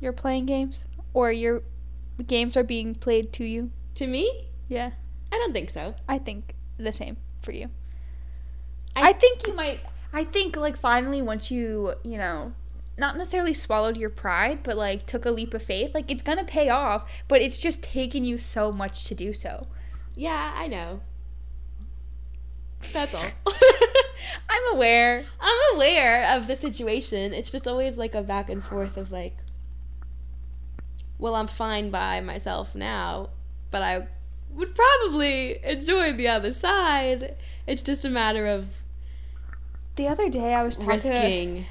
Speaker 2: you're playing games or your games are being played to you?
Speaker 1: To me,
Speaker 2: Yeah.
Speaker 1: I don't think so.
Speaker 2: I think the same for you. I,
Speaker 1: I-
Speaker 2: think you might. I think like finally once you you know, not necessarily swallowed your pride, but like took a leap of faith. Like it's gonna pay off, but it's just taken you so much to do so.
Speaker 1: Yeah, I know. That's all.
Speaker 2: I'm aware.
Speaker 1: I'm aware of the situation. It's just always like a back and forth of like, well, I'm fine by myself now, but I would probably enjoy the other side. It's just a matter of
Speaker 2: The other day I was talking.
Speaker 1: risking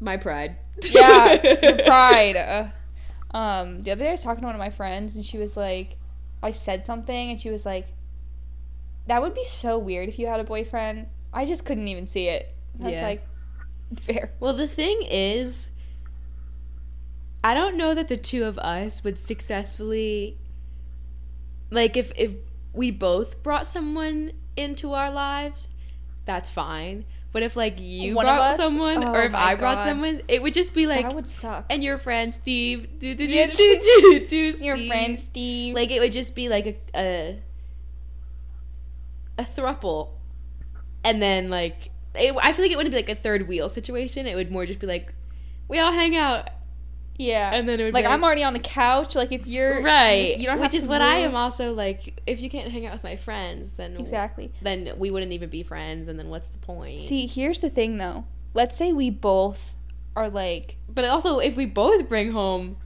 Speaker 1: my pride.
Speaker 2: yeah, your pride. Uh, um, the other day I was talking to one of my friends, and she was like, I said something, and she was like, "That would be so weird if you had a boyfriend." I just couldn't even see it. And I was
Speaker 1: Yeah.
Speaker 2: like, "Fair."
Speaker 1: Well, the thing is, I don't know that the two of us would successfully, like, if if we both brought someone into our lives, that's fine. But if like you
Speaker 2: One of
Speaker 1: brought
Speaker 2: us?
Speaker 1: someone,
Speaker 2: Oh
Speaker 1: or if
Speaker 2: my
Speaker 1: I brought
Speaker 2: God.
Speaker 1: someone, it would just be like,
Speaker 2: that would suck.
Speaker 1: and your friend Steve, do do do
Speaker 2: Yeah.
Speaker 1: do do do,
Speaker 2: Your
Speaker 1: Steve."
Speaker 2: friend Steve.
Speaker 1: Like it would just be like a a, a thruple, and then like it, I feel like it wouldn't be like a third wheel situation. It would more just be like we all hang out,
Speaker 2: yeah.
Speaker 1: and then it would
Speaker 2: like
Speaker 1: be
Speaker 2: I'm already on the couch. Like if you're
Speaker 1: right,
Speaker 2: you don't
Speaker 1: which
Speaker 2: have
Speaker 1: is
Speaker 2: to
Speaker 1: what I
Speaker 2: move.
Speaker 1: am also like. If you can't hang out with my friends, then
Speaker 2: exactly.
Speaker 1: then we wouldn't even be friends, and then what's the point?
Speaker 2: See, here's the thing though. Let's say we both are like.
Speaker 1: but also if we both bring home,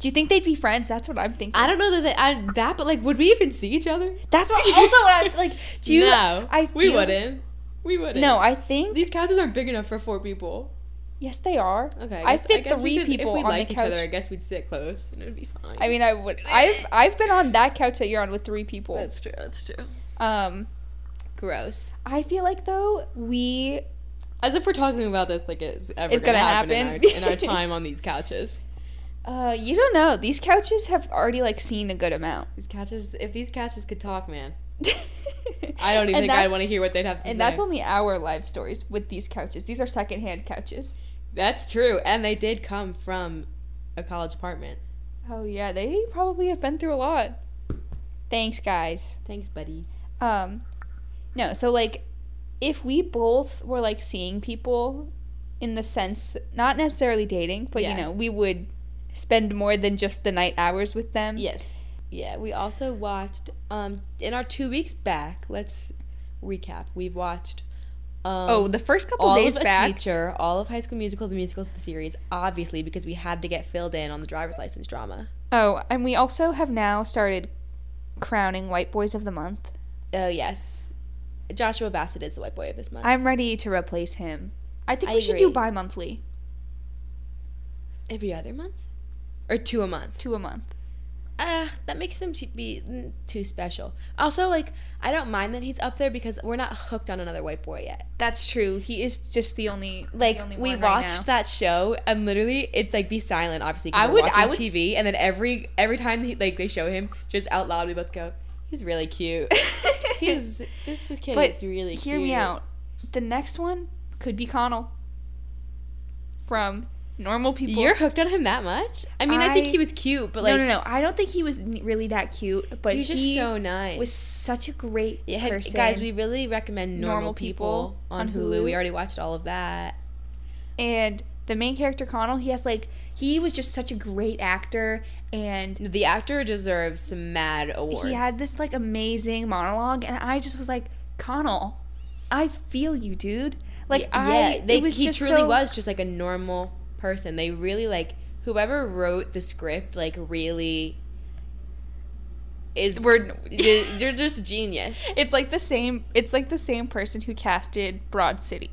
Speaker 2: Do you think they'd be friends? That's what I'm thinking.
Speaker 1: I don't know that they, I, that, but like, would we even see each other?
Speaker 2: That's what also what I'm like. Do you?
Speaker 1: no,
Speaker 2: I
Speaker 1: we
Speaker 2: feel-
Speaker 1: wouldn't. We wouldn't.
Speaker 2: No, I think
Speaker 1: These couches aren't big enough for four people.
Speaker 2: Yes, they are.
Speaker 1: Okay.
Speaker 2: I
Speaker 1: guess-
Speaker 2: fit
Speaker 1: guess we
Speaker 2: three
Speaker 1: could-
Speaker 2: people
Speaker 1: If we
Speaker 2: on the
Speaker 1: liked each other,
Speaker 2: couch.
Speaker 1: I guess we'd sit close and it'd be fine.
Speaker 2: I mean, I would. I've I've been on that couch that you're on with three people.
Speaker 1: that's true. That's true.
Speaker 2: Um,
Speaker 1: Gross.
Speaker 2: I feel like though we
Speaker 1: As if we're talking about this like it's ever
Speaker 2: It's
Speaker 1: gonna,
Speaker 2: gonna
Speaker 1: happen,
Speaker 2: happen.
Speaker 1: In, our, in our time on these couches.
Speaker 2: Uh, you don't know. These couches have already like seen a good amount.
Speaker 1: These couches. If these couches could talk, man, I
Speaker 2: I
Speaker 1: don't even think I'd want to hear what they'd have to
Speaker 2: And
Speaker 1: say.
Speaker 2: that's only our live stories with these couches. These are secondhand couches.
Speaker 1: That's true. And they did come from a college apartment.
Speaker 2: Oh yeah, they probably have been through a lot. Thanks, guys.
Speaker 1: Thanks, buddies.
Speaker 2: Um, no. So like, if we both were like seeing people, in the sense not necessarily dating, but
Speaker 1: Yeah.
Speaker 2: you know, we would spend more than just the night hours with them.
Speaker 1: Yes. Yeah, we also watched um in our two weeks back, let's recap. We've watched um
Speaker 2: Oh, the first couple
Speaker 1: all
Speaker 2: days
Speaker 1: of a
Speaker 2: back.
Speaker 1: teacher, all of High School Musical, the musical, the series, obviously because we had to get filled in on the driver's license drama.
Speaker 2: Oh, and we also have now started crowning white boys of the month.
Speaker 1: Oh yes, Joshua Bassett is the white boy of this month.
Speaker 2: I'm ready to replace him. I think
Speaker 1: I
Speaker 2: we should do
Speaker 1: agree.
Speaker 2: bi monthly,
Speaker 1: Every other month, or two a month.
Speaker 2: two a month.
Speaker 1: Ah, that makes him ch- be mm, too special. Also, like I don't mind that he's up there because we're not hooked on another white boy yet.
Speaker 2: That's true. He is just the only
Speaker 1: Like
Speaker 2: the only
Speaker 1: we
Speaker 2: one
Speaker 1: watched
Speaker 2: Right now.
Speaker 1: that show and literally it's like be silent obviously. 'cause
Speaker 2: I
Speaker 1: we're
Speaker 2: would-
Speaker 1: watching
Speaker 2: I would-
Speaker 1: TV and then every every time he, like they show him just out loud we both go, he's really cute. he's this, this kid
Speaker 2: But
Speaker 1: is really
Speaker 2: Hear
Speaker 1: cute.
Speaker 2: me out. The next one could be Connell from Normal People.
Speaker 1: You're hooked on him that much? I mean, I, think
Speaker 2: I-
Speaker 1: he was cute, but like
Speaker 2: no, no, no. I don't think he was n- really that cute, but
Speaker 1: he's just
Speaker 2: he
Speaker 1: so nice.
Speaker 2: was such a great
Speaker 1: Yeah, hey,
Speaker 2: person.
Speaker 1: guys, we really recommend Normal,
Speaker 2: Normal
Speaker 1: People,
Speaker 2: People
Speaker 1: on
Speaker 2: on
Speaker 1: Hulu. We
Speaker 2: Hulu.
Speaker 1: already watched all of that.
Speaker 2: and the main character Connell, he has like he was just such a great actor and
Speaker 1: The actor deserves some mad awards.
Speaker 2: he had this like amazing monologue and I just was like, Connell, I feel you, dude. Like
Speaker 1: yeah,
Speaker 2: I
Speaker 1: yeah, they,
Speaker 2: it was
Speaker 1: he
Speaker 2: just
Speaker 1: truly
Speaker 2: so-
Speaker 1: was just like a normal person. They really like whoever wrote the script, like really is
Speaker 2: We're-
Speaker 1: they're, they're just genius.
Speaker 2: It's like the same it's like the same person who casted Broad City.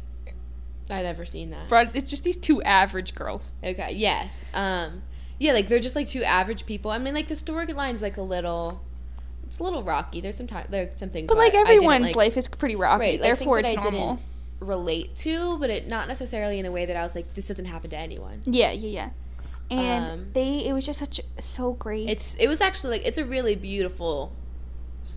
Speaker 1: I've never seen that.
Speaker 2: Broad it's just these two average girls.
Speaker 1: Okay. Yes. Um. Yeah. Like they're just like two average people. I mean, like the storyline's like a little, it's a little rocky. There's some time. There's some things.
Speaker 2: But
Speaker 1: where
Speaker 2: like
Speaker 1: I- I didn't,
Speaker 2: everyone's
Speaker 1: like,
Speaker 2: life is pretty rocky.
Speaker 1: Right, like, things
Speaker 2: Therefore
Speaker 1: that
Speaker 2: it's
Speaker 1: I didn't-
Speaker 2: normal.
Speaker 1: relate to, but it not necessarily in a way that I was like, this doesn't happen to anyone.
Speaker 2: Yeah, yeah, yeah. And
Speaker 1: Um,
Speaker 2: they it was just such so great.
Speaker 1: It's it was actually like it's a really beautiful.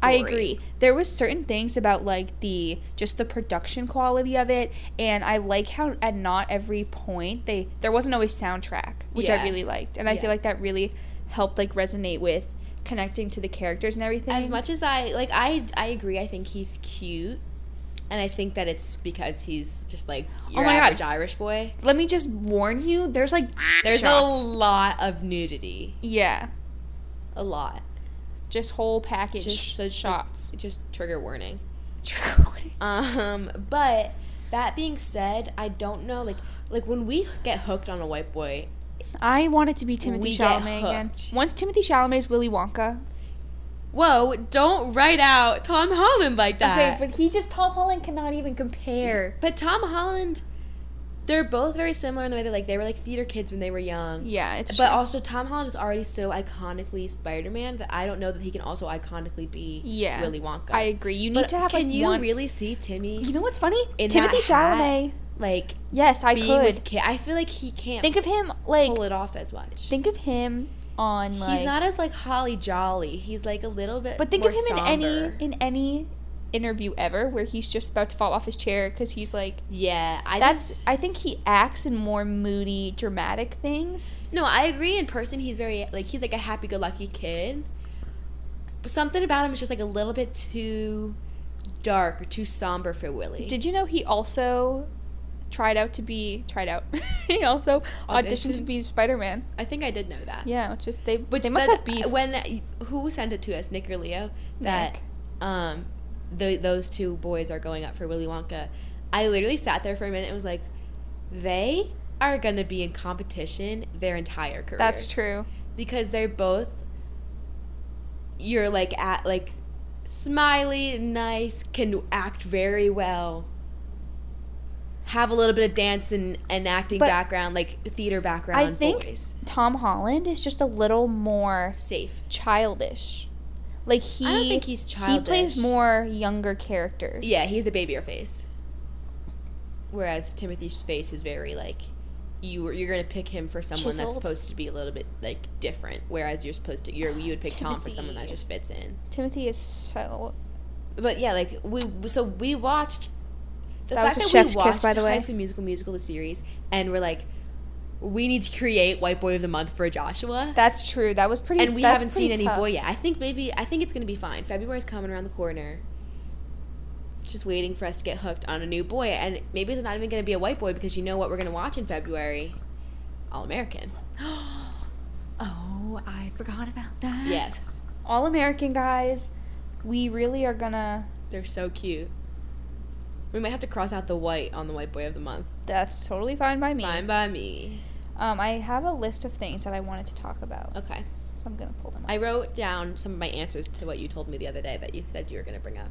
Speaker 2: I
Speaker 1: Story.
Speaker 2: agree. There was certain things about like the just the production quality of it, and I like how at not every point they there wasn't always soundtrack, which I
Speaker 1: Yeah.
Speaker 2: really liked, and I
Speaker 1: Yeah.
Speaker 2: feel like that really helped like resonate with connecting to the characters and everything.
Speaker 1: As much as I like, I I agree. I think he's cute, and I think that it's because he's just like your
Speaker 2: Oh my God.
Speaker 1: average Irish boy.
Speaker 2: Let me just warn you, there's like
Speaker 1: There's
Speaker 2: shots.
Speaker 1: a lot of nudity,
Speaker 2: yeah,
Speaker 1: a lot.
Speaker 2: just whole package
Speaker 1: Just such, like,
Speaker 2: shots.
Speaker 1: Just trigger warning. Um, but that being said, I don't know. Like, like when we get hooked on a white boy,
Speaker 2: I want it to be Timothy
Speaker 1: We get
Speaker 2: Chalamet again.
Speaker 1: hooked.
Speaker 2: Once Timothy Chalamet's Willy Wonka,
Speaker 1: whoa! Don't write out Tom Holland like that.
Speaker 2: okay, but he just Tom Holland cannot even compare.
Speaker 1: but Tom Holland, they're both very similar in the way that like they were like theater kids when they were young.
Speaker 2: Yeah, it's
Speaker 1: But
Speaker 2: true.
Speaker 1: also, Tom Holland is already so iconically Spider-Man that I don't know that he can also iconically be
Speaker 2: Yeah.
Speaker 1: Willy Wonka.
Speaker 2: I agree. You need
Speaker 1: But
Speaker 2: to have
Speaker 1: can
Speaker 2: like
Speaker 1: you
Speaker 2: one.
Speaker 1: really see Timmy
Speaker 2: you know what's funny?
Speaker 1: in
Speaker 2: Timothy
Speaker 1: that hat?
Speaker 2: Chalamet.
Speaker 1: like
Speaker 2: Yes, I
Speaker 1: being
Speaker 2: could.
Speaker 1: with kid? I feel like he can't
Speaker 2: think of him like
Speaker 1: pull it off as much.
Speaker 2: think of him on like
Speaker 1: he's not as like Holly Jolly. He's like a little bit.
Speaker 2: But think
Speaker 1: more
Speaker 2: of him
Speaker 1: somber.
Speaker 2: in any in any interview ever where he's just about to fall off his chair cuz he's like
Speaker 1: Yeah, I
Speaker 2: that's
Speaker 1: just-
Speaker 2: I think he acts in more moody, dramatic things.
Speaker 1: no. I agree. In person, he's very like he's like a happy-go-lucky kid. But something about him is just like a little bit too dark or too somber for Willie.
Speaker 2: Did you know he also tried out to be tried out. he also auditioned to
Speaker 1: Auditioned?
Speaker 2: be Spider-Man.
Speaker 1: I think I did know that.
Speaker 2: Yeah, which is they
Speaker 1: Which
Speaker 2: they must
Speaker 1: that-
Speaker 2: have beef.
Speaker 1: When who sent it to us, Nick or Leo? That
Speaker 2: Nick.
Speaker 1: um, the, those two boys are going up for Willy Wonka. I literally sat there for a minute and was like, they are gonna be in competition their entire career.
Speaker 2: That's true.
Speaker 1: because they're both you're like at like smiley nice can act very well have a little bit of dance and, and acting
Speaker 2: But-
Speaker 1: background, like theater background.
Speaker 2: I think-
Speaker 1: boys.
Speaker 2: Tom Holland is just a little more
Speaker 1: safe.
Speaker 2: childish. Like he
Speaker 1: I don't think he's
Speaker 2: he plays
Speaker 1: childish.
Speaker 2: more younger characters.
Speaker 1: Yeah, he's a babier face. Whereas Timothy's face is very like you were, you're gonna pick him for someone
Speaker 2: Chiseled.
Speaker 1: that's supposed to be a little bit like different. Whereas you're supposed to you're, you would pick Tom for someone that
Speaker 2: Timothy.
Speaker 1: just fits in.
Speaker 2: Timothy is so
Speaker 1: But yeah, like we so we watched the
Speaker 2: That was
Speaker 1: fact
Speaker 2: a
Speaker 1: that
Speaker 2: chef's kiss,
Speaker 1: we watched
Speaker 2: by the way.
Speaker 1: High School Musical Musical the series and we're like we need to create White Boy of the Month for Joshua.
Speaker 2: that's true. That was pretty
Speaker 1: and we
Speaker 2: that's
Speaker 1: haven't seen
Speaker 2: pretty
Speaker 1: any
Speaker 2: tough.
Speaker 1: boy yet. I think maybe I think it's gonna be fine. February's coming around the corner. Just waiting for us to get hooked on a new boy, and maybe it's not even gonna be a white boy because you know what we're gonna watch in February, All American.
Speaker 2: oh, I forgot about that.
Speaker 1: Yes,
Speaker 2: All American guys, we really are gonna
Speaker 1: they're so cute. We might have to cross out the white on the white boy of the month.
Speaker 2: that's totally fine by me.
Speaker 1: Fine by me.
Speaker 2: Um I have a list of things that I wanted to talk about.
Speaker 1: Okay,
Speaker 2: So I'm gonna pull them up.
Speaker 1: I wrote down some of my answers to what you told me the other day that you said you were gonna bring up.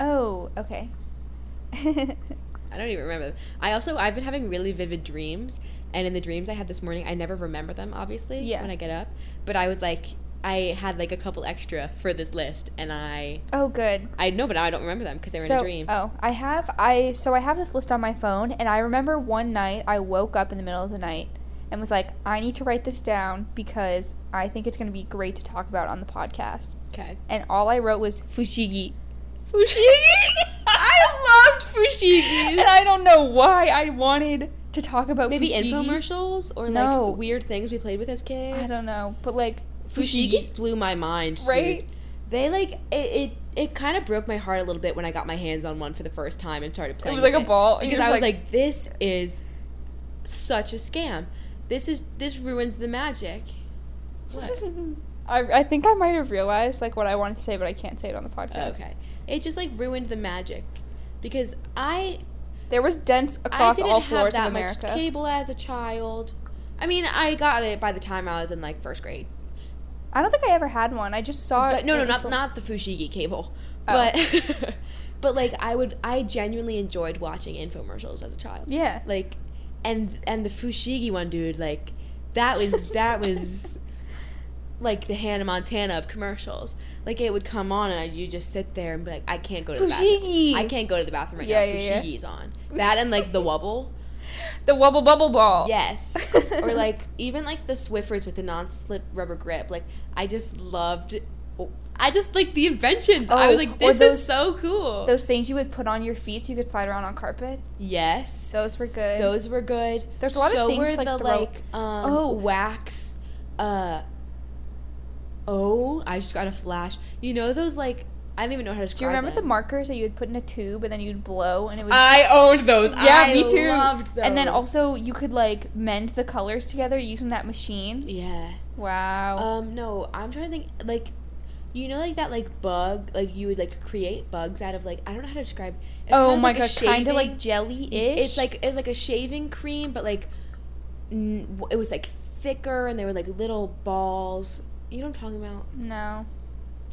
Speaker 2: oh, okay.
Speaker 1: I don't even remember them. I also I've been having really vivid dreams, and in the dreams I had this morning, I never remember them obviously
Speaker 2: Yeah.
Speaker 1: when I get up. But I was like, I had like a couple extra for this list, and I
Speaker 2: oh good.
Speaker 1: I know, but now I don't remember them because they were
Speaker 2: so,
Speaker 1: in a dream.
Speaker 2: Oh, I have I so I have this list on my phone and I remember one night I woke up in the middle of the night and was like, I need to write this down because I think it's gonna be great to talk about on the podcast.
Speaker 1: Okay,
Speaker 2: And all I wrote was Fushigi.
Speaker 1: Fushigi. I loved Fushigi.
Speaker 2: And I don't know why I wanted to talk about
Speaker 1: Maybe
Speaker 2: Fushigis.
Speaker 1: infomercials or
Speaker 2: No.
Speaker 1: like weird things we played with as kids.
Speaker 2: I don't know, but like
Speaker 1: Fushigis blew my mind, dude.
Speaker 2: Right?
Speaker 1: They like it. it it kind of broke my heart a little bit when I got my hands on one for the first time and started playing.
Speaker 2: was like
Speaker 1: with
Speaker 2: a ball, and
Speaker 1: because
Speaker 2: you're
Speaker 1: I was
Speaker 2: just like-
Speaker 1: like, "This is such a scam. This is this ruins the magic." What?
Speaker 2: I, I think I might have realized like what I wanted to say, but I can't say it on the podcast.
Speaker 1: Oh, okay, it just like ruined the magic because I
Speaker 2: There was dents
Speaker 1: I
Speaker 2: across
Speaker 1: didn't
Speaker 2: all
Speaker 1: have
Speaker 2: floors
Speaker 1: that
Speaker 2: of America.
Speaker 1: much cable as a child. I mean, I got it by the time I was in like first grade.
Speaker 2: I don't think I ever had one. I just saw it.
Speaker 1: But no, no,
Speaker 2: in-
Speaker 1: not
Speaker 2: from-
Speaker 1: not the Fushigi cable.
Speaker 2: Oh.
Speaker 1: But but like I would I genuinely enjoyed watching infomercials as a child.
Speaker 2: Yeah.
Speaker 1: Like and and the Fushigi one dude like that was that was like the Hannah Montana of commercials. Like it would come on and you just sit there and be like I can't go to the bathroom.
Speaker 2: Fushigi.
Speaker 1: I can't go to the bathroom right
Speaker 2: Yeah,
Speaker 1: now.
Speaker 2: yeah, yeah.
Speaker 1: Fushigi's on. That and like the wobble.
Speaker 2: The wubble bubble ball.
Speaker 1: Yes. or like even like the Swiffers with the non-slip rubber grip. Like I just loved. oh, I just like the inventions. I was
Speaker 2: Oh,
Speaker 1: like,
Speaker 2: or
Speaker 1: this
Speaker 2: those-
Speaker 1: is so cool.
Speaker 2: Those things you would put on your feet so you could slide around on carpet.
Speaker 1: yes,
Speaker 2: Those were good.
Speaker 1: those were good.
Speaker 2: There's a lot of
Speaker 1: so
Speaker 2: things,
Speaker 1: were
Speaker 2: like,
Speaker 1: the
Speaker 2: throw-
Speaker 1: like um,
Speaker 2: Oh.
Speaker 1: wax. Uh, oh, I just got a flash. You know those like I don't even know how to describe.
Speaker 2: Do you remember the
Speaker 1: them.
Speaker 2: markers that you would put in a tube and then you'd blow and it would
Speaker 1: I owned those.
Speaker 2: Yeah,
Speaker 1: I
Speaker 2: me too.
Speaker 1: Loved those.
Speaker 2: And then also you could like mend the colors together using that machine.
Speaker 1: yeah.
Speaker 2: Wow.
Speaker 1: Um, no, I'm trying to think. Like, you know, like that, like bug, like you would like create bugs out of like I don't know how to describe. It's
Speaker 2: oh
Speaker 1: kind of
Speaker 2: my
Speaker 1: like a
Speaker 2: gosh, kind of like
Speaker 1: shaving-
Speaker 2: jelly-ish.
Speaker 1: It's like it's like a shaving cream, but like n- w- it was like thicker, and they were like little balls. You know what I'm talking about?
Speaker 2: no.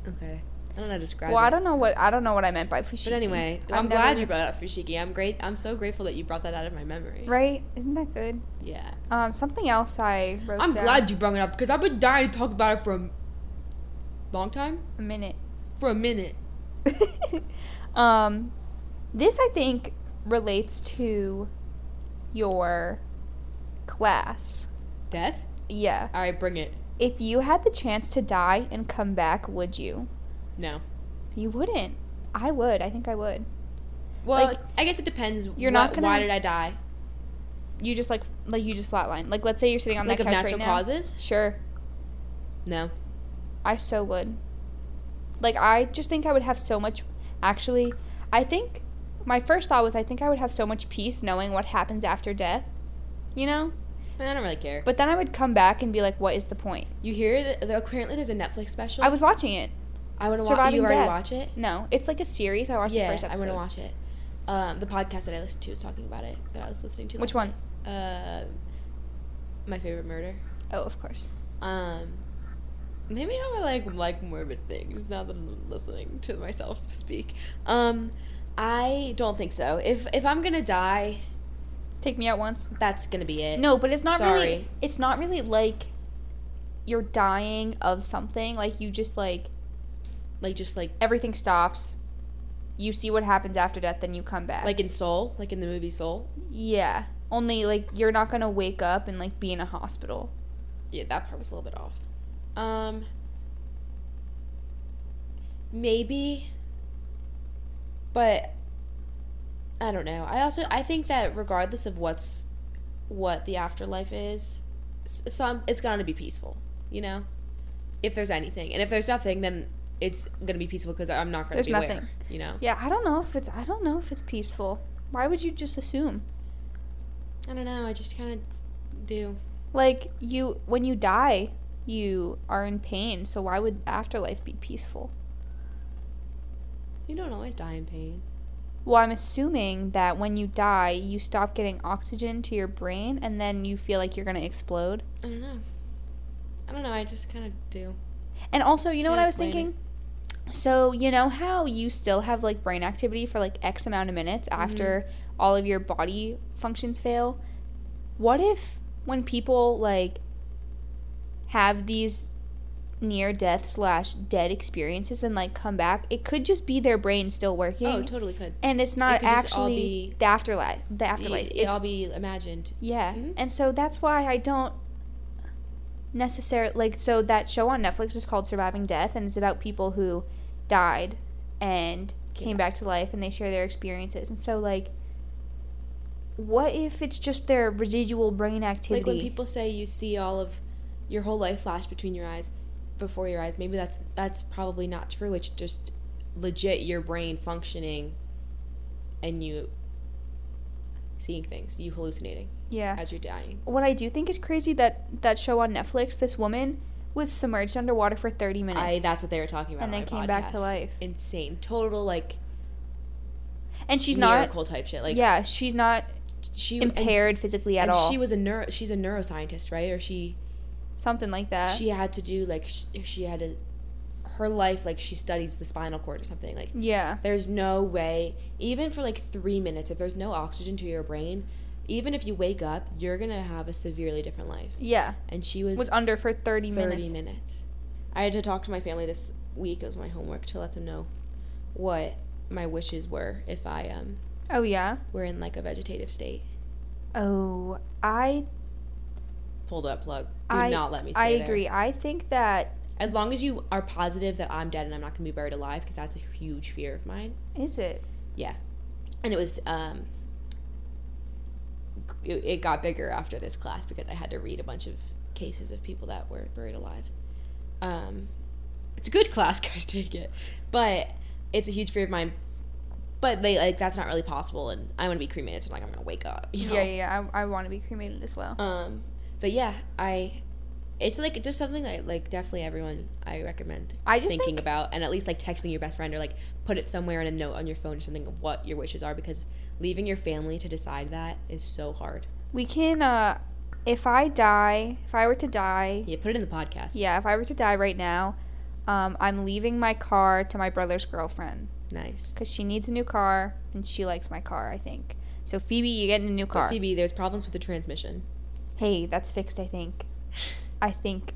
Speaker 1: Okay, I don't know how to describe.
Speaker 2: Well, I
Speaker 1: it.
Speaker 2: don't know what I don't know what I meant by fushigi.
Speaker 1: But anyway,
Speaker 2: I've
Speaker 1: I'm
Speaker 2: never-
Speaker 1: glad you brought up Fushigi. I'm great. I'm so grateful that you brought that out of my memory.
Speaker 2: Right? Isn't that good?
Speaker 1: Yeah.
Speaker 2: Um, something else I wrote
Speaker 1: I'm
Speaker 2: down
Speaker 1: glad you brought it up because I've been dying to talk about it for a m- long time,
Speaker 2: a minute.
Speaker 1: for a minute.
Speaker 2: um, this I think relates to your class.
Speaker 1: Death.
Speaker 2: Yeah.
Speaker 1: All right, bring it.
Speaker 2: If you had the chance to die and come back, would you?
Speaker 1: No.
Speaker 2: You wouldn't. I would. I think I would.
Speaker 1: Well,
Speaker 2: Like,
Speaker 1: I guess it depends.
Speaker 2: you're
Speaker 1: You're
Speaker 2: not
Speaker 1: not
Speaker 2: gonna-
Speaker 1: Why did I die?
Speaker 2: You just like like you just flatline. Like let's say you're sitting on
Speaker 1: Like
Speaker 2: that
Speaker 1: of
Speaker 2: couch
Speaker 1: natural
Speaker 2: right now.
Speaker 1: causes?
Speaker 2: Sure.
Speaker 1: No.
Speaker 2: I so would. Like I just think I would have so much actually I think my first thought was I think I would have so much peace knowing what happens after death. You know?
Speaker 1: I don't really care. But
Speaker 2: But then I would come back and be like, what is the point?
Speaker 1: you hear that that apparently there's a Netflix special.
Speaker 2: I was watching it.
Speaker 1: I want to watch.
Speaker 2: surviving
Speaker 1: You already
Speaker 2: death.
Speaker 1: watch it?
Speaker 2: No, it's like a series. I watched
Speaker 1: yeah,
Speaker 2: the first
Speaker 1: I
Speaker 2: episode.
Speaker 1: want to watch it. Um, the podcast that I listened to was talking about it. That I was listening to.
Speaker 2: Which
Speaker 1: last
Speaker 2: one?
Speaker 1: night. Uh, my favorite murder.
Speaker 2: Oh, of course.
Speaker 1: Um, maybe I would like like morbid things now that I'm listening to myself speak. Um, I don't think so. If if I'm gonna die,
Speaker 2: Take me out once.
Speaker 1: that's gonna be it.
Speaker 2: No, but it's not really
Speaker 1: Sorry.
Speaker 2: it's not really like you're dying of something. Like you just like
Speaker 1: Like just like
Speaker 2: everything stops. You see what happens after death, then you come back.
Speaker 1: like in Soul, like in the movie Soul.
Speaker 2: yeah. Only like you're not gonna wake up and like be in a hospital.
Speaker 1: Yeah, that part was a little bit off. Um maybe but I don't know. I also I think that regardless of what's what the afterlife is, s- some it's going to be peaceful, you know? If there's anything. And if there's nothing, then it's going to be peaceful because I'm not going
Speaker 2: There's
Speaker 1: to be
Speaker 2: nothing.
Speaker 1: aware, you know?
Speaker 2: Yeah, I don't know if it's I don't know if it's peaceful. Why would you just assume?
Speaker 1: I don't know. I just kind of do.
Speaker 2: Like you when you die, you are in pain, so why would afterlife be peaceful?
Speaker 1: You don't always die in pain.
Speaker 2: Well, I'm assuming that when you die, you stop getting oxygen to your brain and then you feel like you're going to explode.
Speaker 1: I don't know. I don't know. I just kind of do.
Speaker 2: And also, you know what
Speaker 1: Kinda
Speaker 2: I was
Speaker 1: explaining.
Speaker 2: thinking? So, you know how you still have like brain activity for like X amount of minutes
Speaker 1: Mm-hmm.
Speaker 2: after all of your body functions fail? What if when people like have these near death slash dead experiences and like come back, it could just be their brain still working
Speaker 1: Oh, totally could.
Speaker 2: and it's not
Speaker 1: could just all
Speaker 2: actually
Speaker 1: be-
Speaker 2: the afterlife. The afterlife.
Speaker 1: It,
Speaker 2: It's-
Speaker 1: all be imagined.
Speaker 2: Yeah.
Speaker 1: Mhm.
Speaker 2: And so that's why I don't necessarily like so that show on Netflix is called Surviving Death and it's about people who died and
Speaker 1: Came
Speaker 2: came, back. to life and they share their experiences. And so like what if it's just their residual brain activity?
Speaker 1: Like when people say you see all of your whole life flash between your eyes, before your eyes. Maybe that's that's probably not true. It's just legit your brain functioning, and you seeing things, you hallucinating
Speaker 2: yeah.
Speaker 1: as you're dying.
Speaker 2: what I do think is crazy that that show on Netflix this woman was submerged underwater for 30 minutes
Speaker 1: I that's what they were talking about.
Speaker 2: and
Speaker 1: on
Speaker 2: then
Speaker 1: my
Speaker 2: came back to
Speaker 1: podcast.
Speaker 2: life.
Speaker 1: Insane, total like
Speaker 2: And she's not
Speaker 1: miracle type shit. Like
Speaker 2: yeah, she's not
Speaker 1: she and-
Speaker 2: impaired physically at
Speaker 1: and
Speaker 2: all.
Speaker 1: she was a neuro. She's a neuroscientist, right? Or she
Speaker 2: Something like that.
Speaker 1: she had to do like sh- she had to her life like she studies the spinal cord or something like
Speaker 2: yeah.
Speaker 1: there's no way even for like three minutes if there's no oxygen to your brain even if you wake up you're gonna have a severely different life
Speaker 2: Yeah,
Speaker 1: and she was,
Speaker 2: was under for 30,
Speaker 1: 30
Speaker 2: minutes.
Speaker 1: minutes. i had to talk to my family this week it was my homework to let them know what my wishes were if i um
Speaker 2: Oh yeah.
Speaker 1: were in like a vegetative state
Speaker 2: Oh, I
Speaker 1: pulled up plug do
Speaker 2: I-
Speaker 1: not let me stay
Speaker 2: I
Speaker 1: there.
Speaker 2: agree. I think that
Speaker 1: as long as you are positive that i'm dead and i'm not gonna be buried alive because that's a huge fear of mine
Speaker 2: is it.
Speaker 1: and it was um it, it got bigger after this class because i had to read a bunch of cases of people that were buried alive um it's a good class guys take it but it's a huge fear of mine but they like that's not really possible and i want to be cremated so like i'm gonna wake up you know?
Speaker 2: Yeah, yeah. yeah. I, I want to be cremated as well.
Speaker 1: um but yeah i it's like just something I like definitely everyone I recommend
Speaker 2: I just
Speaker 1: thinking
Speaker 2: think
Speaker 1: about and at least like texting your best friend or like put it somewhere in a note on your phone or something of what your wishes are because leaving your family to decide that is so hard.
Speaker 2: we can. uh If I die, if I were to die,
Speaker 1: Yeah, put it in the podcast.
Speaker 2: yeah, if I were to die right now, um, I'm leaving my car to my brother's girlfriend
Speaker 1: Nice.
Speaker 2: because she needs a new car and she likes my car. I think. So Phoebe, you get a new car.
Speaker 1: But Phoebe, there's problems with the transmission.
Speaker 2: hey, that's fixed, I think. I think.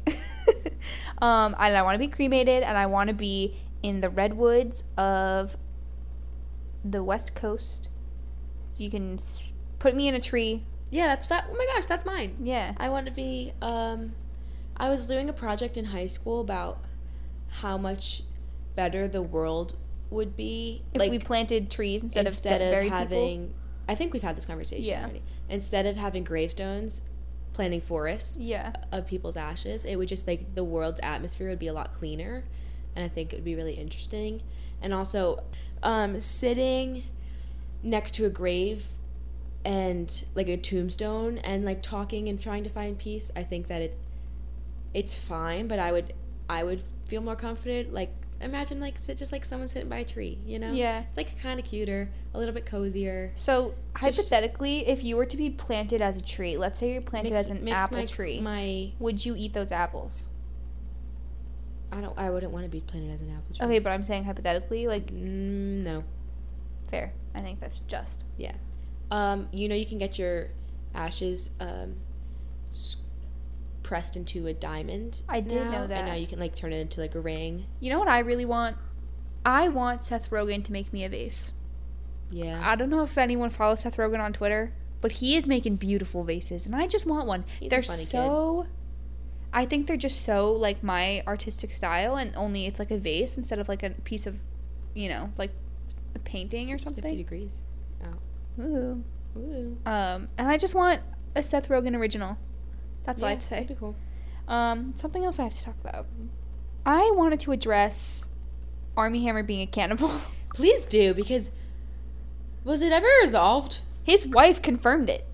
Speaker 2: um, and I want to be cremated and I want to be in the redwoods of the West Coast. You can s- put me in a tree.
Speaker 1: Yeah, that's that. Oh my gosh, that's mine.
Speaker 2: Yeah.
Speaker 1: I want to be. Um, I was doing a project in high school about how much better the world would be
Speaker 2: If we planted trees instead,
Speaker 1: instead
Speaker 2: of,
Speaker 1: of,
Speaker 2: dead buried people.
Speaker 1: having i think we've had this conversation
Speaker 2: Yeah.
Speaker 1: already instead of having gravestones planting forests
Speaker 2: Yeah.
Speaker 1: of people's ashes it would just like the world's atmosphere would be a lot cleaner and i think it would be really interesting and also um, sitting next to a grave and like a tombstone and like talking and trying to find peace i think that it it's fine but i would i would feel more confident like imagine like sit just like someone sitting by a tree you know
Speaker 2: Yeah.
Speaker 1: it's like kind of cuter, a little bit cozier.
Speaker 2: So
Speaker 1: Just-
Speaker 2: hypothetically, if you were to be planted as a tree, let's say you're planted as an apple
Speaker 1: my,
Speaker 2: tree,
Speaker 1: My
Speaker 2: would you eat those apples?
Speaker 1: I don't. I wouldn't want to be planted as an apple tree.
Speaker 2: Okay, but I'm saying hypothetically, like
Speaker 1: Mm, no.
Speaker 2: fair. I think that's just.
Speaker 1: Um, you know you can get your ashes um, s- pressed into a diamond.
Speaker 2: I did
Speaker 1: now,
Speaker 2: know
Speaker 1: And now
Speaker 2: that.
Speaker 1: you can like turn it into like a ring.
Speaker 2: You know what I really want? I want Seth Rogen to make me a vase.
Speaker 1: Yeah.
Speaker 2: I don't know if anyone follows Seth Rogen on Twitter, but he is making beautiful vases, and I just want one.
Speaker 1: He's a
Speaker 2: they're
Speaker 1: funny kid.
Speaker 2: so. I think they're just so like my artistic style, and only it's like a vase instead of like a piece of, you know, like a painting or
Speaker 1: It's Fifty
Speaker 2: something.
Speaker 1: degrees.
Speaker 2: Ooh.
Speaker 1: Ooh.
Speaker 2: Um, and I just want a Seth Rogen original. That's all I
Speaker 1: Yeah,
Speaker 2: have to say.
Speaker 1: That'd be cool.
Speaker 2: Um, something else I have to talk about. I wanted to address Army Hammer being a cannibal.
Speaker 1: Please do because was it ever resolved?
Speaker 2: His wife confirmed it.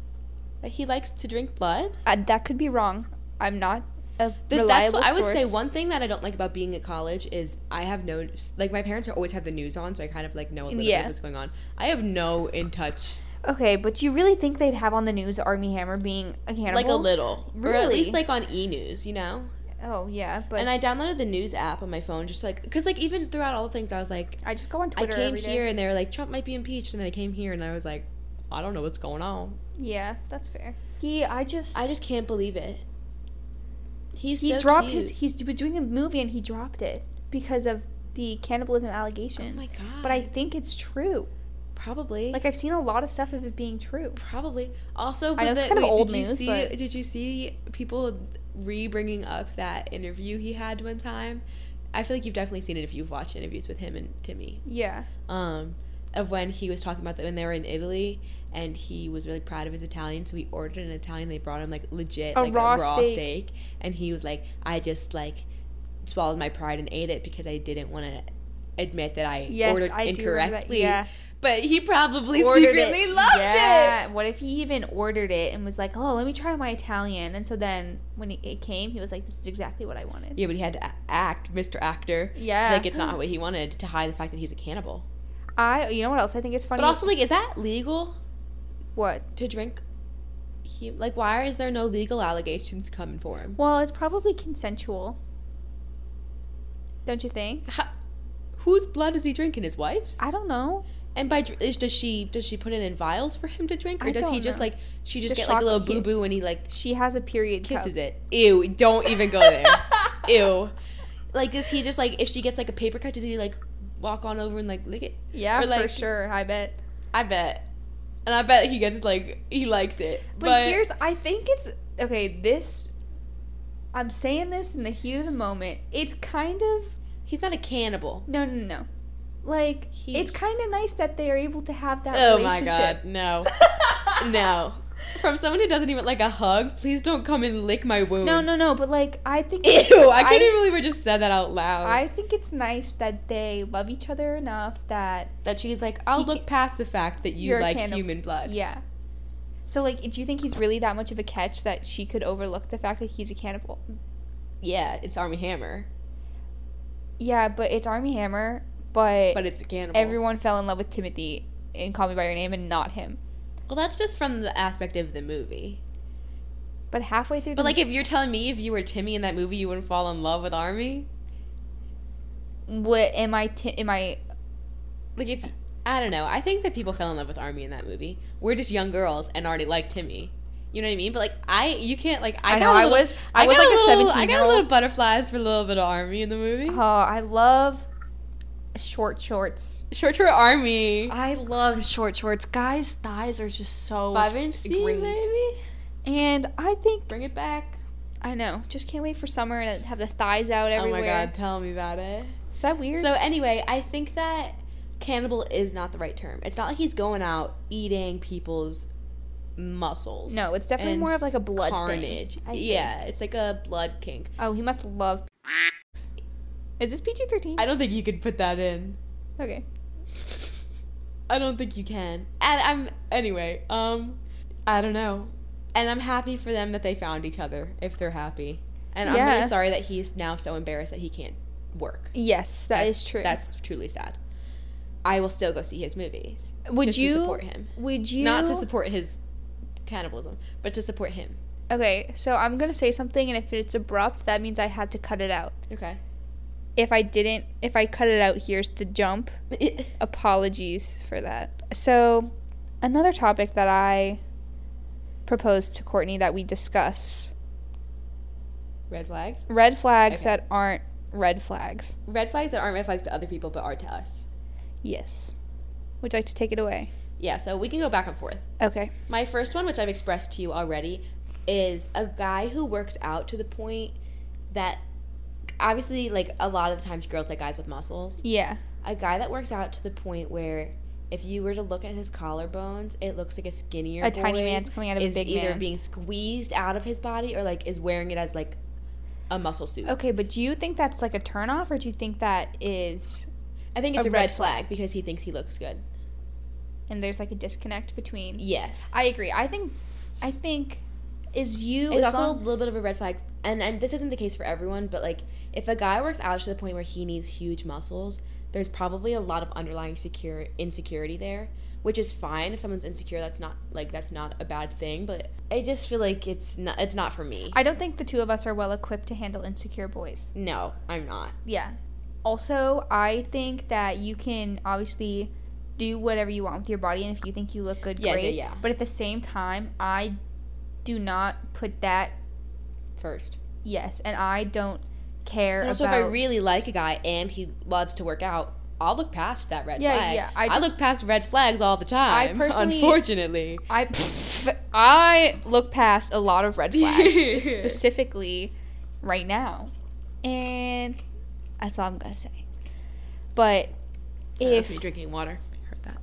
Speaker 1: That he likes to drink blood.
Speaker 2: Uh, that could be wrong. I'm not a
Speaker 1: Th-
Speaker 2: reliable
Speaker 1: that's what I would say.
Speaker 2: source.
Speaker 1: One thing that I don't like about being at college is I have no like my parents are always have the news on, so I kind of like know a little bit
Speaker 2: Yeah.
Speaker 1: of what's going on. I have no in touch,
Speaker 2: Okay, but you really think they'd have on the news Army Hammer being a cannibal?
Speaker 1: like a little, or at
Speaker 2: Really?
Speaker 1: least like on E News, you know.
Speaker 2: Oh yeah, but
Speaker 1: and
Speaker 2: I,
Speaker 1: I downloaded the news app on my phone, just like because like even throughout all the things, I was like,
Speaker 2: just go on Twitter
Speaker 1: I came
Speaker 2: every day.
Speaker 1: here and they were like Trump might be impeached, and then I came here and I was like, I don't know what's going on.
Speaker 2: Yeah, that's fair. He, I just,
Speaker 1: I just can't believe it. He's
Speaker 2: he
Speaker 1: so
Speaker 2: dropped
Speaker 1: cute.
Speaker 2: his. He's, he was doing a movie and he dropped it because of the cannibalism
Speaker 1: Oh
Speaker 2: allegations.
Speaker 1: my god!
Speaker 2: but I think it's true.
Speaker 1: probably
Speaker 2: Like I've seen a lot of stuff of it being true.
Speaker 1: Probably. Also,
Speaker 2: I
Speaker 1: with
Speaker 2: know it's
Speaker 1: it-
Speaker 2: kind of
Speaker 1: wait,
Speaker 2: old
Speaker 1: did you
Speaker 2: news,
Speaker 1: see,
Speaker 2: but-
Speaker 1: Did you see people re bringing up that interview he had one time? I feel like you've definitely seen it if you've watched interviews with him and Timmy.
Speaker 2: Yeah.
Speaker 1: Um, of when he was talking about that when they were in Italy and he was really proud of his Italian, so he ordered an Italian. They brought him like legit
Speaker 2: A
Speaker 1: like
Speaker 2: raw
Speaker 1: a raw
Speaker 2: steak.
Speaker 1: steak. and he was like, "I just like swallowed my pride and ate it because I didn't want to." Admit that I
Speaker 2: Yes,
Speaker 1: ordered
Speaker 2: I do remember that.
Speaker 1: incorrectly,
Speaker 2: Yeah.
Speaker 1: but he probably secretly
Speaker 2: it.
Speaker 1: loved it.
Speaker 2: yeah. What if he even ordered it and was like, "Oh, let me try my Italian," and so then when it- it came, he was like, "This is exactly what I wanted."
Speaker 1: Yeah, but he had to a- act, Mr. Actor.
Speaker 2: Yeah.
Speaker 1: Like it's not what he wanted to hide the fact that he's a cannibal.
Speaker 2: I. You know what else I think is funny?
Speaker 1: But also, like, is that legal
Speaker 2: what?
Speaker 1: to drink? He, like, why is there no legal allegations coming for him?
Speaker 2: Well, it's probably consensual. Don't you think?
Speaker 1: How, whose blood is he drinking? His wife's?
Speaker 2: I don't know.
Speaker 1: And by dr- is, does she does she put it in vials for him to drink, or
Speaker 2: I
Speaker 1: does he
Speaker 2: don't
Speaker 1: just
Speaker 2: know.
Speaker 1: like she just
Speaker 2: The
Speaker 1: get like a little
Speaker 2: shock he-
Speaker 1: boo boo and he like
Speaker 2: She has a period.
Speaker 1: kisses it? Ew! Don't even go there. Ew! Like, does he just like if she gets like a paper cut, does he like walk on over and like lick it?
Speaker 2: Yeah,
Speaker 1: Or,
Speaker 2: for
Speaker 1: like-
Speaker 2: sure. I bet.
Speaker 1: I bet. And I bet he gets like he likes it.
Speaker 2: But, here's I think it's okay, this I'm saying this in the heat of the moment. It's kind of
Speaker 1: he's not a cannibal.
Speaker 2: no no no. Like
Speaker 1: He-
Speaker 2: it's kind of nice that they are able to have that
Speaker 1: Oh my
Speaker 2: relationship.
Speaker 1: god, no.
Speaker 2: Oh
Speaker 1: no. From someone who doesn't even like a hug, please don't come and lick my wounds.
Speaker 2: No, no, no, but like I think
Speaker 1: Ew,
Speaker 2: it's-
Speaker 1: I can't even believe I just said that out loud.
Speaker 2: I think it's nice that they love each other enough that
Speaker 1: that she's like, I'll
Speaker 2: He
Speaker 1: look
Speaker 2: ca-
Speaker 1: past the fact that you
Speaker 2: You're a
Speaker 1: like
Speaker 2: cannibal.
Speaker 1: human blood.
Speaker 2: yeah. So like do you think he's really that much of a catch that she could overlook the fact that he's a cannibal?
Speaker 1: Yeah, it's Army Hammer,
Speaker 2: Yeah, but it's Army Hammer, but,
Speaker 1: but it's a cannibal.
Speaker 2: everyone fell in love with Timothy and Call Me by Your Name and not him.
Speaker 1: well, that's just from the aspect of the movie.
Speaker 2: But halfway through,
Speaker 1: But
Speaker 2: the
Speaker 1: like, if you're telling me if you were Timmy in that movie, you wouldn't fall in love with Army?
Speaker 2: what am I? Ti- am I?
Speaker 1: Like if I don't know, I think that people fell in love with Army in that movie. We're just young girls and already like Timmy. You know what I mean? But like I, you can't like I,
Speaker 2: I
Speaker 1: got
Speaker 2: know,
Speaker 1: a
Speaker 2: I
Speaker 1: little-
Speaker 2: was- I was
Speaker 1: got
Speaker 2: like a
Speaker 1: little-
Speaker 2: 17
Speaker 1: I
Speaker 2: year
Speaker 1: got a little
Speaker 2: old.
Speaker 1: butterflies for a little bit of Army in the movie.
Speaker 2: Oh, I love short shorts.
Speaker 1: Short for Army,
Speaker 2: I love short shorts. Guys' thighs are just so
Speaker 1: five inch C,
Speaker 2: great.
Speaker 1: baby.
Speaker 2: And I think
Speaker 1: Bring it back.
Speaker 2: I know. Just can't wait for summer and have the thighs out everywhere.
Speaker 1: Oh my god, tell me about it.
Speaker 2: Is that weird?
Speaker 1: So anyway, I think that cannibal is not the right term. It's not like he's going out eating people's muscles.
Speaker 2: no, it's definitely
Speaker 1: and
Speaker 2: more of like a blood thing.
Speaker 1: carnage.
Speaker 2: I think.
Speaker 1: yeah, it's like a blood kink.
Speaker 2: Oh, he must love. Is this PG thirteen?
Speaker 1: I don't think you could put that in.
Speaker 2: Okay.
Speaker 1: I don't think you can. And I'm anyway. Um, I don't know. And I'm happy for them that they found each other. If they're happy, and I'm
Speaker 2: Yeah.
Speaker 1: really sorry that he's now so embarrassed that he can't work.
Speaker 2: Yes, that's,
Speaker 1: that's,
Speaker 2: true.
Speaker 1: That's truly sad. I will still go see his movies.
Speaker 2: would
Speaker 1: just
Speaker 2: you
Speaker 1: to support him?
Speaker 2: Would you
Speaker 1: Not to support his cannibalism, but to support him.
Speaker 2: Okay, so I'm gonna say something, and if it's abrupt, that means I had to cut it out.
Speaker 1: Okay.
Speaker 2: if I didn't, if I cut it out, here's the jump. Apologies for that. So, another topic that I proposed to Courtney that we discuss
Speaker 1: Red flags.
Speaker 2: red flags
Speaker 1: Okay.
Speaker 2: that aren't red flags.
Speaker 1: Red flags that aren't red flags to other people but are to us.
Speaker 2: Yes. Would you like to take it away?
Speaker 1: Yeah, so we can go back and forth.
Speaker 2: Okay.
Speaker 1: My first one, which I've expressed to you already, is a guy who works out to the point that obviously, like a lot of the times, girls like guys with muscles.
Speaker 2: Yeah.
Speaker 1: A guy that works out to the point where if you were to look at his collarbones, it looks like a skinnier
Speaker 2: a tiny
Speaker 1: boy
Speaker 2: man's coming out of a
Speaker 1: is
Speaker 2: big
Speaker 1: either
Speaker 2: man.
Speaker 1: being squeezed out of his body or like is wearing it as like a muscle suit.
Speaker 2: okay, but do you think that's like a turnoff, or do you think that is
Speaker 1: I think it's
Speaker 2: a
Speaker 1: a,
Speaker 2: red
Speaker 1: red, flag, because he thinks he looks good.
Speaker 2: and there's like a disconnect between?
Speaker 1: Yes.
Speaker 2: I agree. I think, I think, is you
Speaker 1: It's
Speaker 2: as
Speaker 1: also a
Speaker 2: long-
Speaker 1: little bit of a red flag, and, and this isn't the case for everyone, but like if a guy works out to the point where he needs huge muscles, there's probably a lot of underlying secure insecurity there, which is fine if someone's insecure. That's not like that's not a bad thing, but I just feel like it's not it's not for me.
Speaker 2: I don't think the two of us are well equipped to handle insecure boys.
Speaker 1: no, I'm not.
Speaker 2: Yeah. Also, I think that you can obviously do whatever you want with your body, and if you think you look good,
Speaker 1: Yeah, yeah,
Speaker 2: great.
Speaker 1: yeah.
Speaker 2: But at the same time, I do not put that
Speaker 1: First.
Speaker 2: yes, and I don't care
Speaker 1: And also,
Speaker 2: about.
Speaker 1: if I really like a guy and he loves to work out, I'll look past that red
Speaker 2: Yeah,
Speaker 1: flag.
Speaker 2: yeah, I
Speaker 1: I,
Speaker 2: just-
Speaker 1: look past red flags all the time.
Speaker 2: personally-
Speaker 1: unfortunately,
Speaker 2: I I look past a lot of red flags, specifically right now, and that's all I'm gonna say. But
Speaker 1: that's me
Speaker 2: if
Speaker 1: drinking water. I heard that.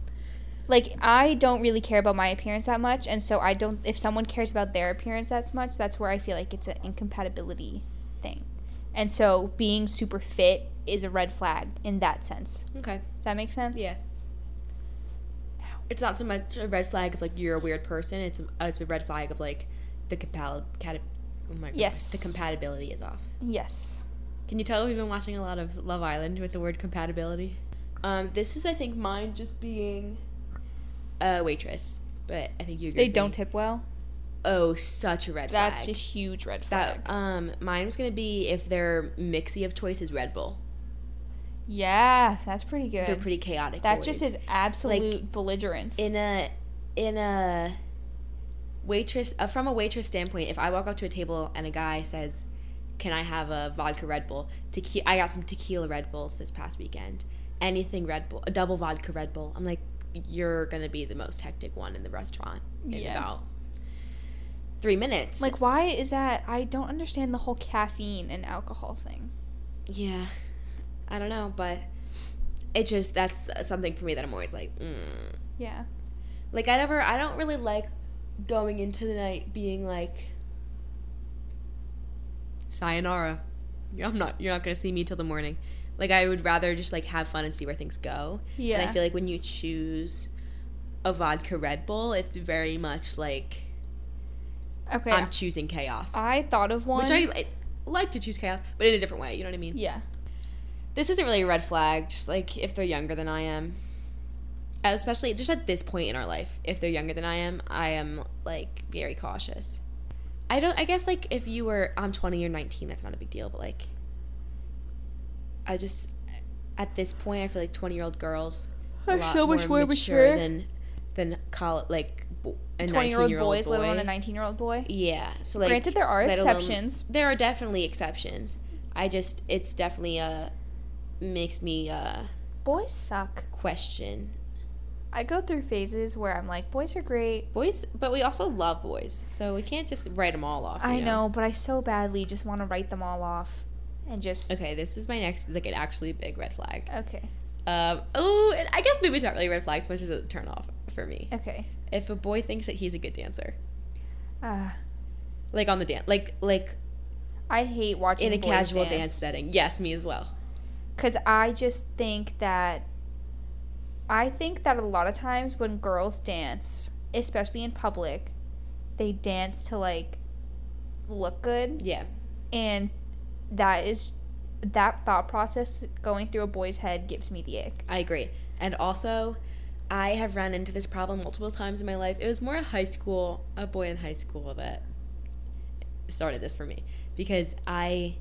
Speaker 2: like I don't really care about my appearance that much, and so I don't. If someone cares about their appearance that much, that's where I feel like it's an incompatibility thing, and so being super fit is a red flag in that sense.
Speaker 1: Okay.
Speaker 2: Does that make sense?
Speaker 1: Yeah. It's not so much a red flag of like you're a weird person. It's a, it's a red flag of like the compat cat- oh my God.
Speaker 2: Yes.
Speaker 1: the compatibility is off.
Speaker 2: Yes.
Speaker 1: Can you tell we've been watching a lot of Love Island with the word compatibility? Um, this is I think mine just being a waitress, but I think you agree.
Speaker 2: They
Speaker 1: with
Speaker 2: don't
Speaker 1: me.
Speaker 2: tip well.
Speaker 1: oh, such a red flag.
Speaker 2: That's a huge red flag.
Speaker 1: That um, mine was gonna be if their mixie of choice is Red Bull.
Speaker 2: Yeah, that's pretty good.
Speaker 1: They're pretty chaotic.
Speaker 2: that
Speaker 1: boys.
Speaker 2: just is absolute belligerence.
Speaker 1: in a in a waitress uh, from a waitress standpoint. If I walk up to a table and a guy says, "Can I have a vodka Red Bull?" Tequi- I got some tequila Red Bulls this past weekend. Anything Red Bull, a double vodka Red Bull. I'm like, you're gonna be the most hectic one in the restaurant in
Speaker 2: Yeah.
Speaker 1: about three minutes.
Speaker 2: like, why is that? I don't understand the whole caffeine and alcohol thing.
Speaker 1: Yeah, I don't know, but it just that's something for me that I'm always like, mm.
Speaker 2: Yeah.
Speaker 1: like I never, I don't really like going into the night being like, sayonara, You're- I'm not, you're not gonna see me till the morning. Like I would rather just like have fun and see where things go.
Speaker 2: Yeah.
Speaker 1: And I feel like when you choose a vodka Red Bull, it's very much like
Speaker 2: okay.
Speaker 1: I'm choosing chaos,
Speaker 2: I thought of one.
Speaker 1: which I, I like to choose chaos, but in a different way. You know what I mean?
Speaker 2: Yeah.
Speaker 1: this isn't really a red flag just like if they're younger than i am especially just at this point in our life if they're younger than i am i am like very cautious i don't i guess like if you were i'm 20 or 19 that's not a big deal but like i just at this point i feel like 20 year old girls a lot than than col- like bo- a
Speaker 2: 20 year old
Speaker 1: 19-year-old
Speaker 2: boys, let alone
Speaker 1: boy.
Speaker 2: a 19 year old boy.
Speaker 1: yeah so like
Speaker 2: Granted, there are
Speaker 1: let alone-
Speaker 2: exceptions.
Speaker 1: there are definitely exceptions. I just it's definitely uh makes me uh
Speaker 2: Boys suck.
Speaker 1: question
Speaker 2: I go through phases where I'm like, boys are great.
Speaker 1: boys, but we also love boys, so we can't just write them all off. you
Speaker 2: I know, but I so badly just want to write them all off and just.
Speaker 1: Okay, this is my next like an actually big red flag.
Speaker 2: Okay.
Speaker 1: Um, oh, and I guess maybe it's not really a red flag as much as a turn off for me.
Speaker 2: Okay.
Speaker 1: If a boy thinks that he's a good dancer,
Speaker 2: Ah,
Speaker 1: like on the dance, like like
Speaker 2: I hate watching
Speaker 1: in a
Speaker 2: boys
Speaker 1: casual dance.
Speaker 2: dance
Speaker 1: setting. Yes, me as well.
Speaker 2: because I just think that I think that a lot of times when girls dance, especially in public, they dance to like look good,
Speaker 1: Yeah,
Speaker 2: and that is that thought process going through a boy's head gives me the ick.
Speaker 1: I agree. And also, I have run into this problem multiple times in my life. It was more a high school, a boy in high school that started this for me because I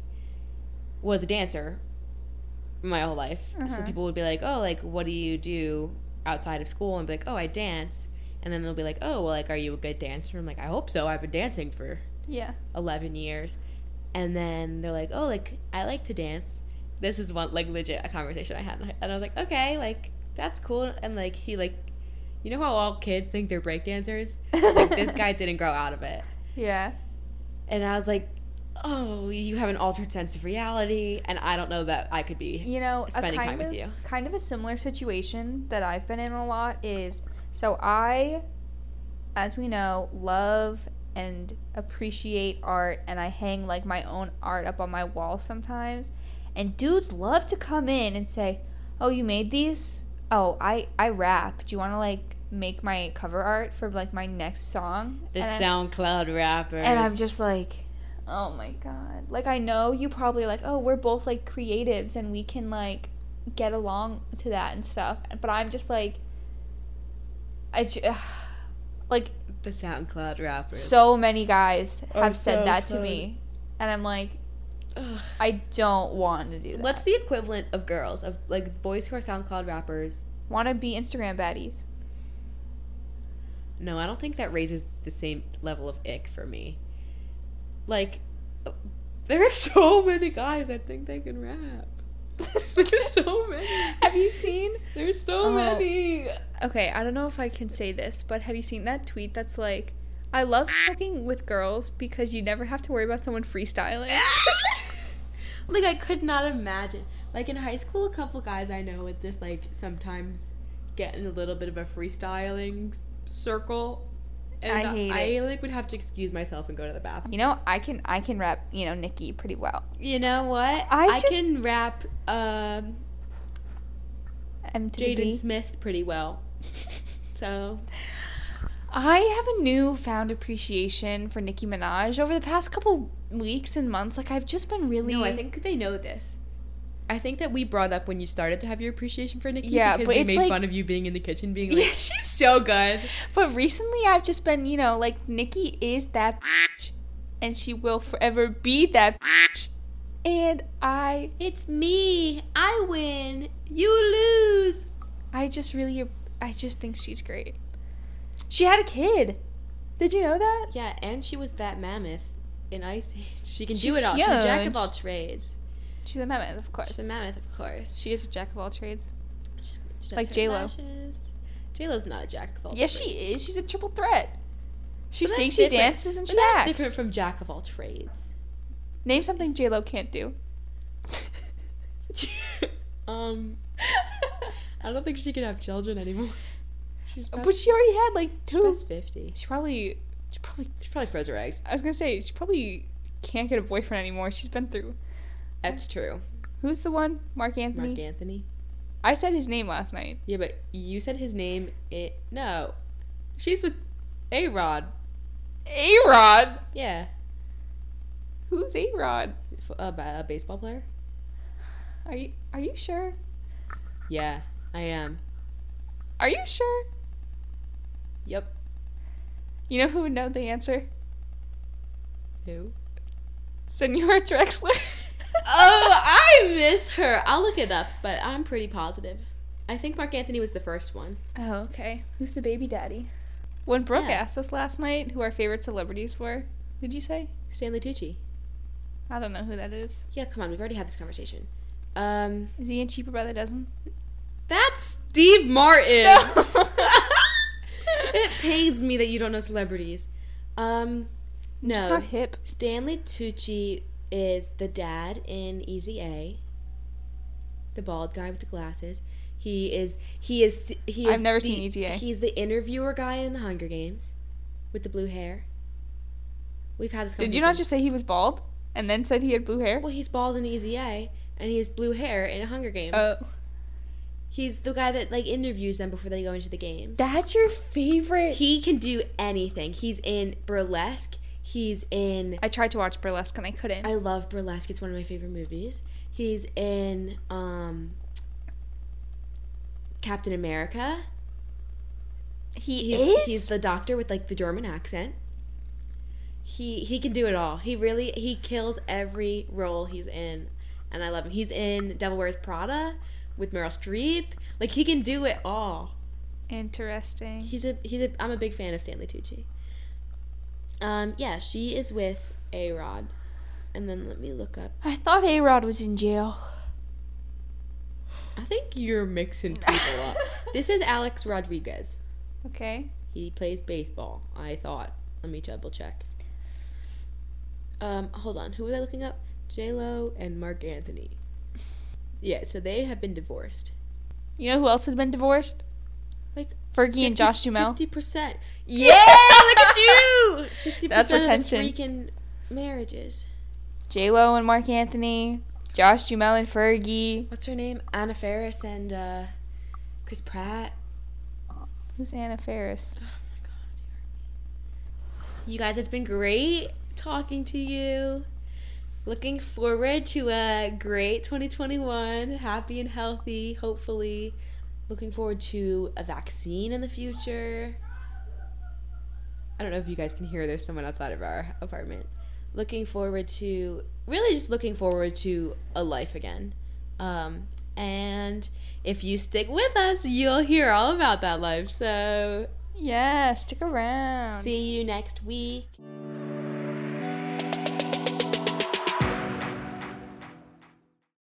Speaker 1: was a dancer my whole life. So
Speaker 2: Uh-huh.
Speaker 1: people would be like, "Oh, like what do you do outside of school?" And be like, "Oh, I dance." And then they'll be like, "Oh, well, like are you a good dancer?" I'm like, "I hope so. I've been dancing for
Speaker 2: Yeah.
Speaker 1: 11 years." And then they're like, "Oh, like I like to dance." This is one like legit a conversation I had, and I was like, "Okay, like that's cool." And like he like, you know how all kids think they're breakdancers? Like this guy didn't grow out of it.
Speaker 2: Yeah.
Speaker 1: And I was like, "Oh, you have an altered sense of reality, and I don't know that I could be
Speaker 2: You know, a
Speaker 1: spending
Speaker 2: kind
Speaker 1: time
Speaker 2: of,
Speaker 1: with you."
Speaker 2: Kind of a similar situation that I've been in a lot is so I, as we know, love and appreciate art, and I hang like my own art up on my wall sometimes. And dudes love to come in and say, "Oh, you made these? Oh, I I rap. Do you want to like make my cover art for like my next song?"
Speaker 1: The
Speaker 2: And I-
Speaker 1: SoundCloud rappers.
Speaker 2: And I'm just like, oh my god. Like I know you probably like, oh, we're both like creatives and we can like get along to that and stuff. But I'm just like, I j- like
Speaker 1: the SoundCloud rappers.
Speaker 2: so many guys
Speaker 1: Are
Speaker 2: have said
Speaker 1: so
Speaker 2: that to
Speaker 1: fun.
Speaker 2: me, and I'm like,
Speaker 1: Ugh.
Speaker 2: I don't want to do that.
Speaker 1: what's the equivalent of girls of like boys who are SoundCloud rappers?
Speaker 2: want to be Instagram baddies?
Speaker 1: No, I don't think that raises the same level of ick for me. Like, there are so many guys that think they can rap. There's so many.
Speaker 2: Have you seen?
Speaker 1: There's so
Speaker 2: Oh.
Speaker 1: many.
Speaker 2: Okay, I don't know if I can say this, but have you seen that tweet that's like, I love fucking with girls because you never have to worry about someone freestyling.
Speaker 1: like I could not imagine. Like in high school, a couple guys I know would just like sometimes get in a little bit of a freestyling s- circle, and
Speaker 2: I
Speaker 1: I,
Speaker 2: hate
Speaker 1: like would have to excuse myself and go to the bathroom.
Speaker 2: You know, I can I can rap, you know, Nikki pretty well.
Speaker 1: You know what?
Speaker 2: I
Speaker 1: I,
Speaker 2: just-
Speaker 1: can rap um,
Speaker 2: M to the
Speaker 1: Jaden
Speaker 2: B.
Speaker 1: Smith pretty well. So
Speaker 2: I have a newfound appreciation for Nicki Minaj over the past couple weeks and months. Like I've just been really
Speaker 1: no, I think they know this. I think that we brought up when you started to have your appreciation for Nikki
Speaker 2: Yeah,
Speaker 1: because
Speaker 2: but
Speaker 1: we
Speaker 2: it's
Speaker 1: made
Speaker 2: like-
Speaker 1: fun of you being in the kitchen being
Speaker 2: Yeah.
Speaker 1: like, she's so good.
Speaker 2: But recently I've just been, you know, like Nikki is that bitch and she will forever be that bitch. And I
Speaker 1: It's me. I win. You lose.
Speaker 2: I just really I just think she's great. She had a kid. Did you know that?
Speaker 1: Yeah, and she was that mammoth in Ice Age. She can
Speaker 2: She's
Speaker 1: do it all. She's a jack
Speaker 2: huge.
Speaker 1: of all trades.
Speaker 2: She's a mammoth, of course.
Speaker 1: She's a mammoth, of course.
Speaker 2: She is a jack of all trades.
Speaker 1: She's- she does
Speaker 2: like
Speaker 1: her
Speaker 2: J.Lo.
Speaker 1: lashes. J-Lo's not a jack of all
Speaker 2: Yes,
Speaker 1: trades.
Speaker 2: she is. She's a triple threat. She
Speaker 1: But that's
Speaker 2: sings, she
Speaker 1: different.
Speaker 2: dances, and
Speaker 1: But
Speaker 2: she
Speaker 1: that's
Speaker 2: acts.
Speaker 1: different from jack of all trades.
Speaker 2: Name something J Lo can't do.
Speaker 1: um, I don't think she can have children anymore. She's past,
Speaker 2: but she already had like
Speaker 1: she's
Speaker 2: two.
Speaker 1: past 50.
Speaker 2: She probably, she probably.
Speaker 1: She probably froze her eggs.
Speaker 2: I was gonna say she probably can't get a boyfriend anymore. She's been through.
Speaker 1: That's true.
Speaker 2: Who's the one? Mark Anthony.
Speaker 1: Mark Anthony.
Speaker 2: I said his name last night.
Speaker 1: Yeah, but you said his name. It no, she's with A Rod.
Speaker 2: A Rod.
Speaker 1: Yeah,
Speaker 2: Who's A Rod?
Speaker 1: F- a, ba- a baseball player.
Speaker 2: Are you Are you sure?
Speaker 1: Yeah, I am.
Speaker 2: Are you sure?
Speaker 1: Yep.
Speaker 2: You know who would know the answer?
Speaker 1: Who?
Speaker 2: Senor Drexler.
Speaker 1: Oh, I miss her. I'll look it up, but I'm pretty positive. I think Mark Anthony was the first one.
Speaker 2: Oh, okay. Who's the baby daddy? When Brooke
Speaker 1: Yeah.
Speaker 2: asked us last night who our favorite celebrities were, who'd you say?
Speaker 1: Stanley Tucci.
Speaker 2: I don't know who that is.
Speaker 1: Yeah, come on. We've already had this conversation. Um,
Speaker 2: Is he in Cheaper by the Dozen?
Speaker 1: that's Steve Martin. it
Speaker 2: it
Speaker 1: pains me that you don't know celebrities. Um, no.
Speaker 2: Just not hip.
Speaker 1: Stanley Tucci is the dad in Easy A. The bald guy with the glasses. He is he is he is
Speaker 2: I've never
Speaker 1: the-
Speaker 2: seen Easy A.
Speaker 1: He's the interviewer guy in the Hunger Games with the blue hair. We've had this
Speaker 2: Did
Speaker 1: conversation.
Speaker 2: you not just say he was bald and then said he had blue hair?
Speaker 1: Well, he's bald in Easy A and he has blue hair in Hunger Games.
Speaker 2: Oh,
Speaker 1: he's the guy that like interviews them before they go into the games.
Speaker 2: that's your favorite.
Speaker 1: he can do anything. He's in burlesque. He's in
Speaker 2: I tried to watch burlesque and I couldn't.
Speaker 1: I love Burlesque. It's one of my favorite movies. He's in um, Captain America.
Speaker 2: he
Speaker 1: He's,
Speaker 2: is.
Speaker 1: he's the doctor with like the German accent. He he can do it all. He really he kills every role he's in. and I love him. He's in Devil Wears Prada with Meryl Streep. Like he can do it all.
Speaker 2: Interesting.
Speaker 1: He's a he's a I'm a big fan of Stanley Tucci. Um yeah, she is with A Rod. And then let me look up.
Speaker 2: I thought A Rod was in jail.
Speaker 1: I think you're mixing people up. This is Alex Rodriguez.
Speaker 2: okay.
Speaker 1: He plays baseball. I thought. Let me double check. Um, hold on. Who was I looking up? J Lo and Mark Anthony. Yeah, so they have been divorced.
Speaker 2: You know who else has been divorced?
Speaker 1: Like,
Speaker 2: Fergie and Josh Dumel.
Speaker 1: Fifty percent. Yeah, look at you. Fifty
Speaker 2: That's
Speaker 1: percent of the
Speaker 2: retention.
Speaker 1: freaking marriages.
Speaker 2: J Lo and Mark Anthony. Josh Dumel and Fergie.
Speaker 1: What's her name? Anna Faris and uh, Chris Pratt.
Speaker 2: Who's Anna Faris?
Speaker 1: Oh my god. You guys, it's been great talking to you. Looking forward to a great 2021, happy and healthy, hopefully. Looking forward to a vaccine in the future. I don't know if you guys can hear there's someone outside of our apartment. Looking forward to really just looking forward to a life again. Um, and if you stick with us, you'll hear all about that life. So
Speaker 2: Yeah, stick around.
Speaker 1: See you next week.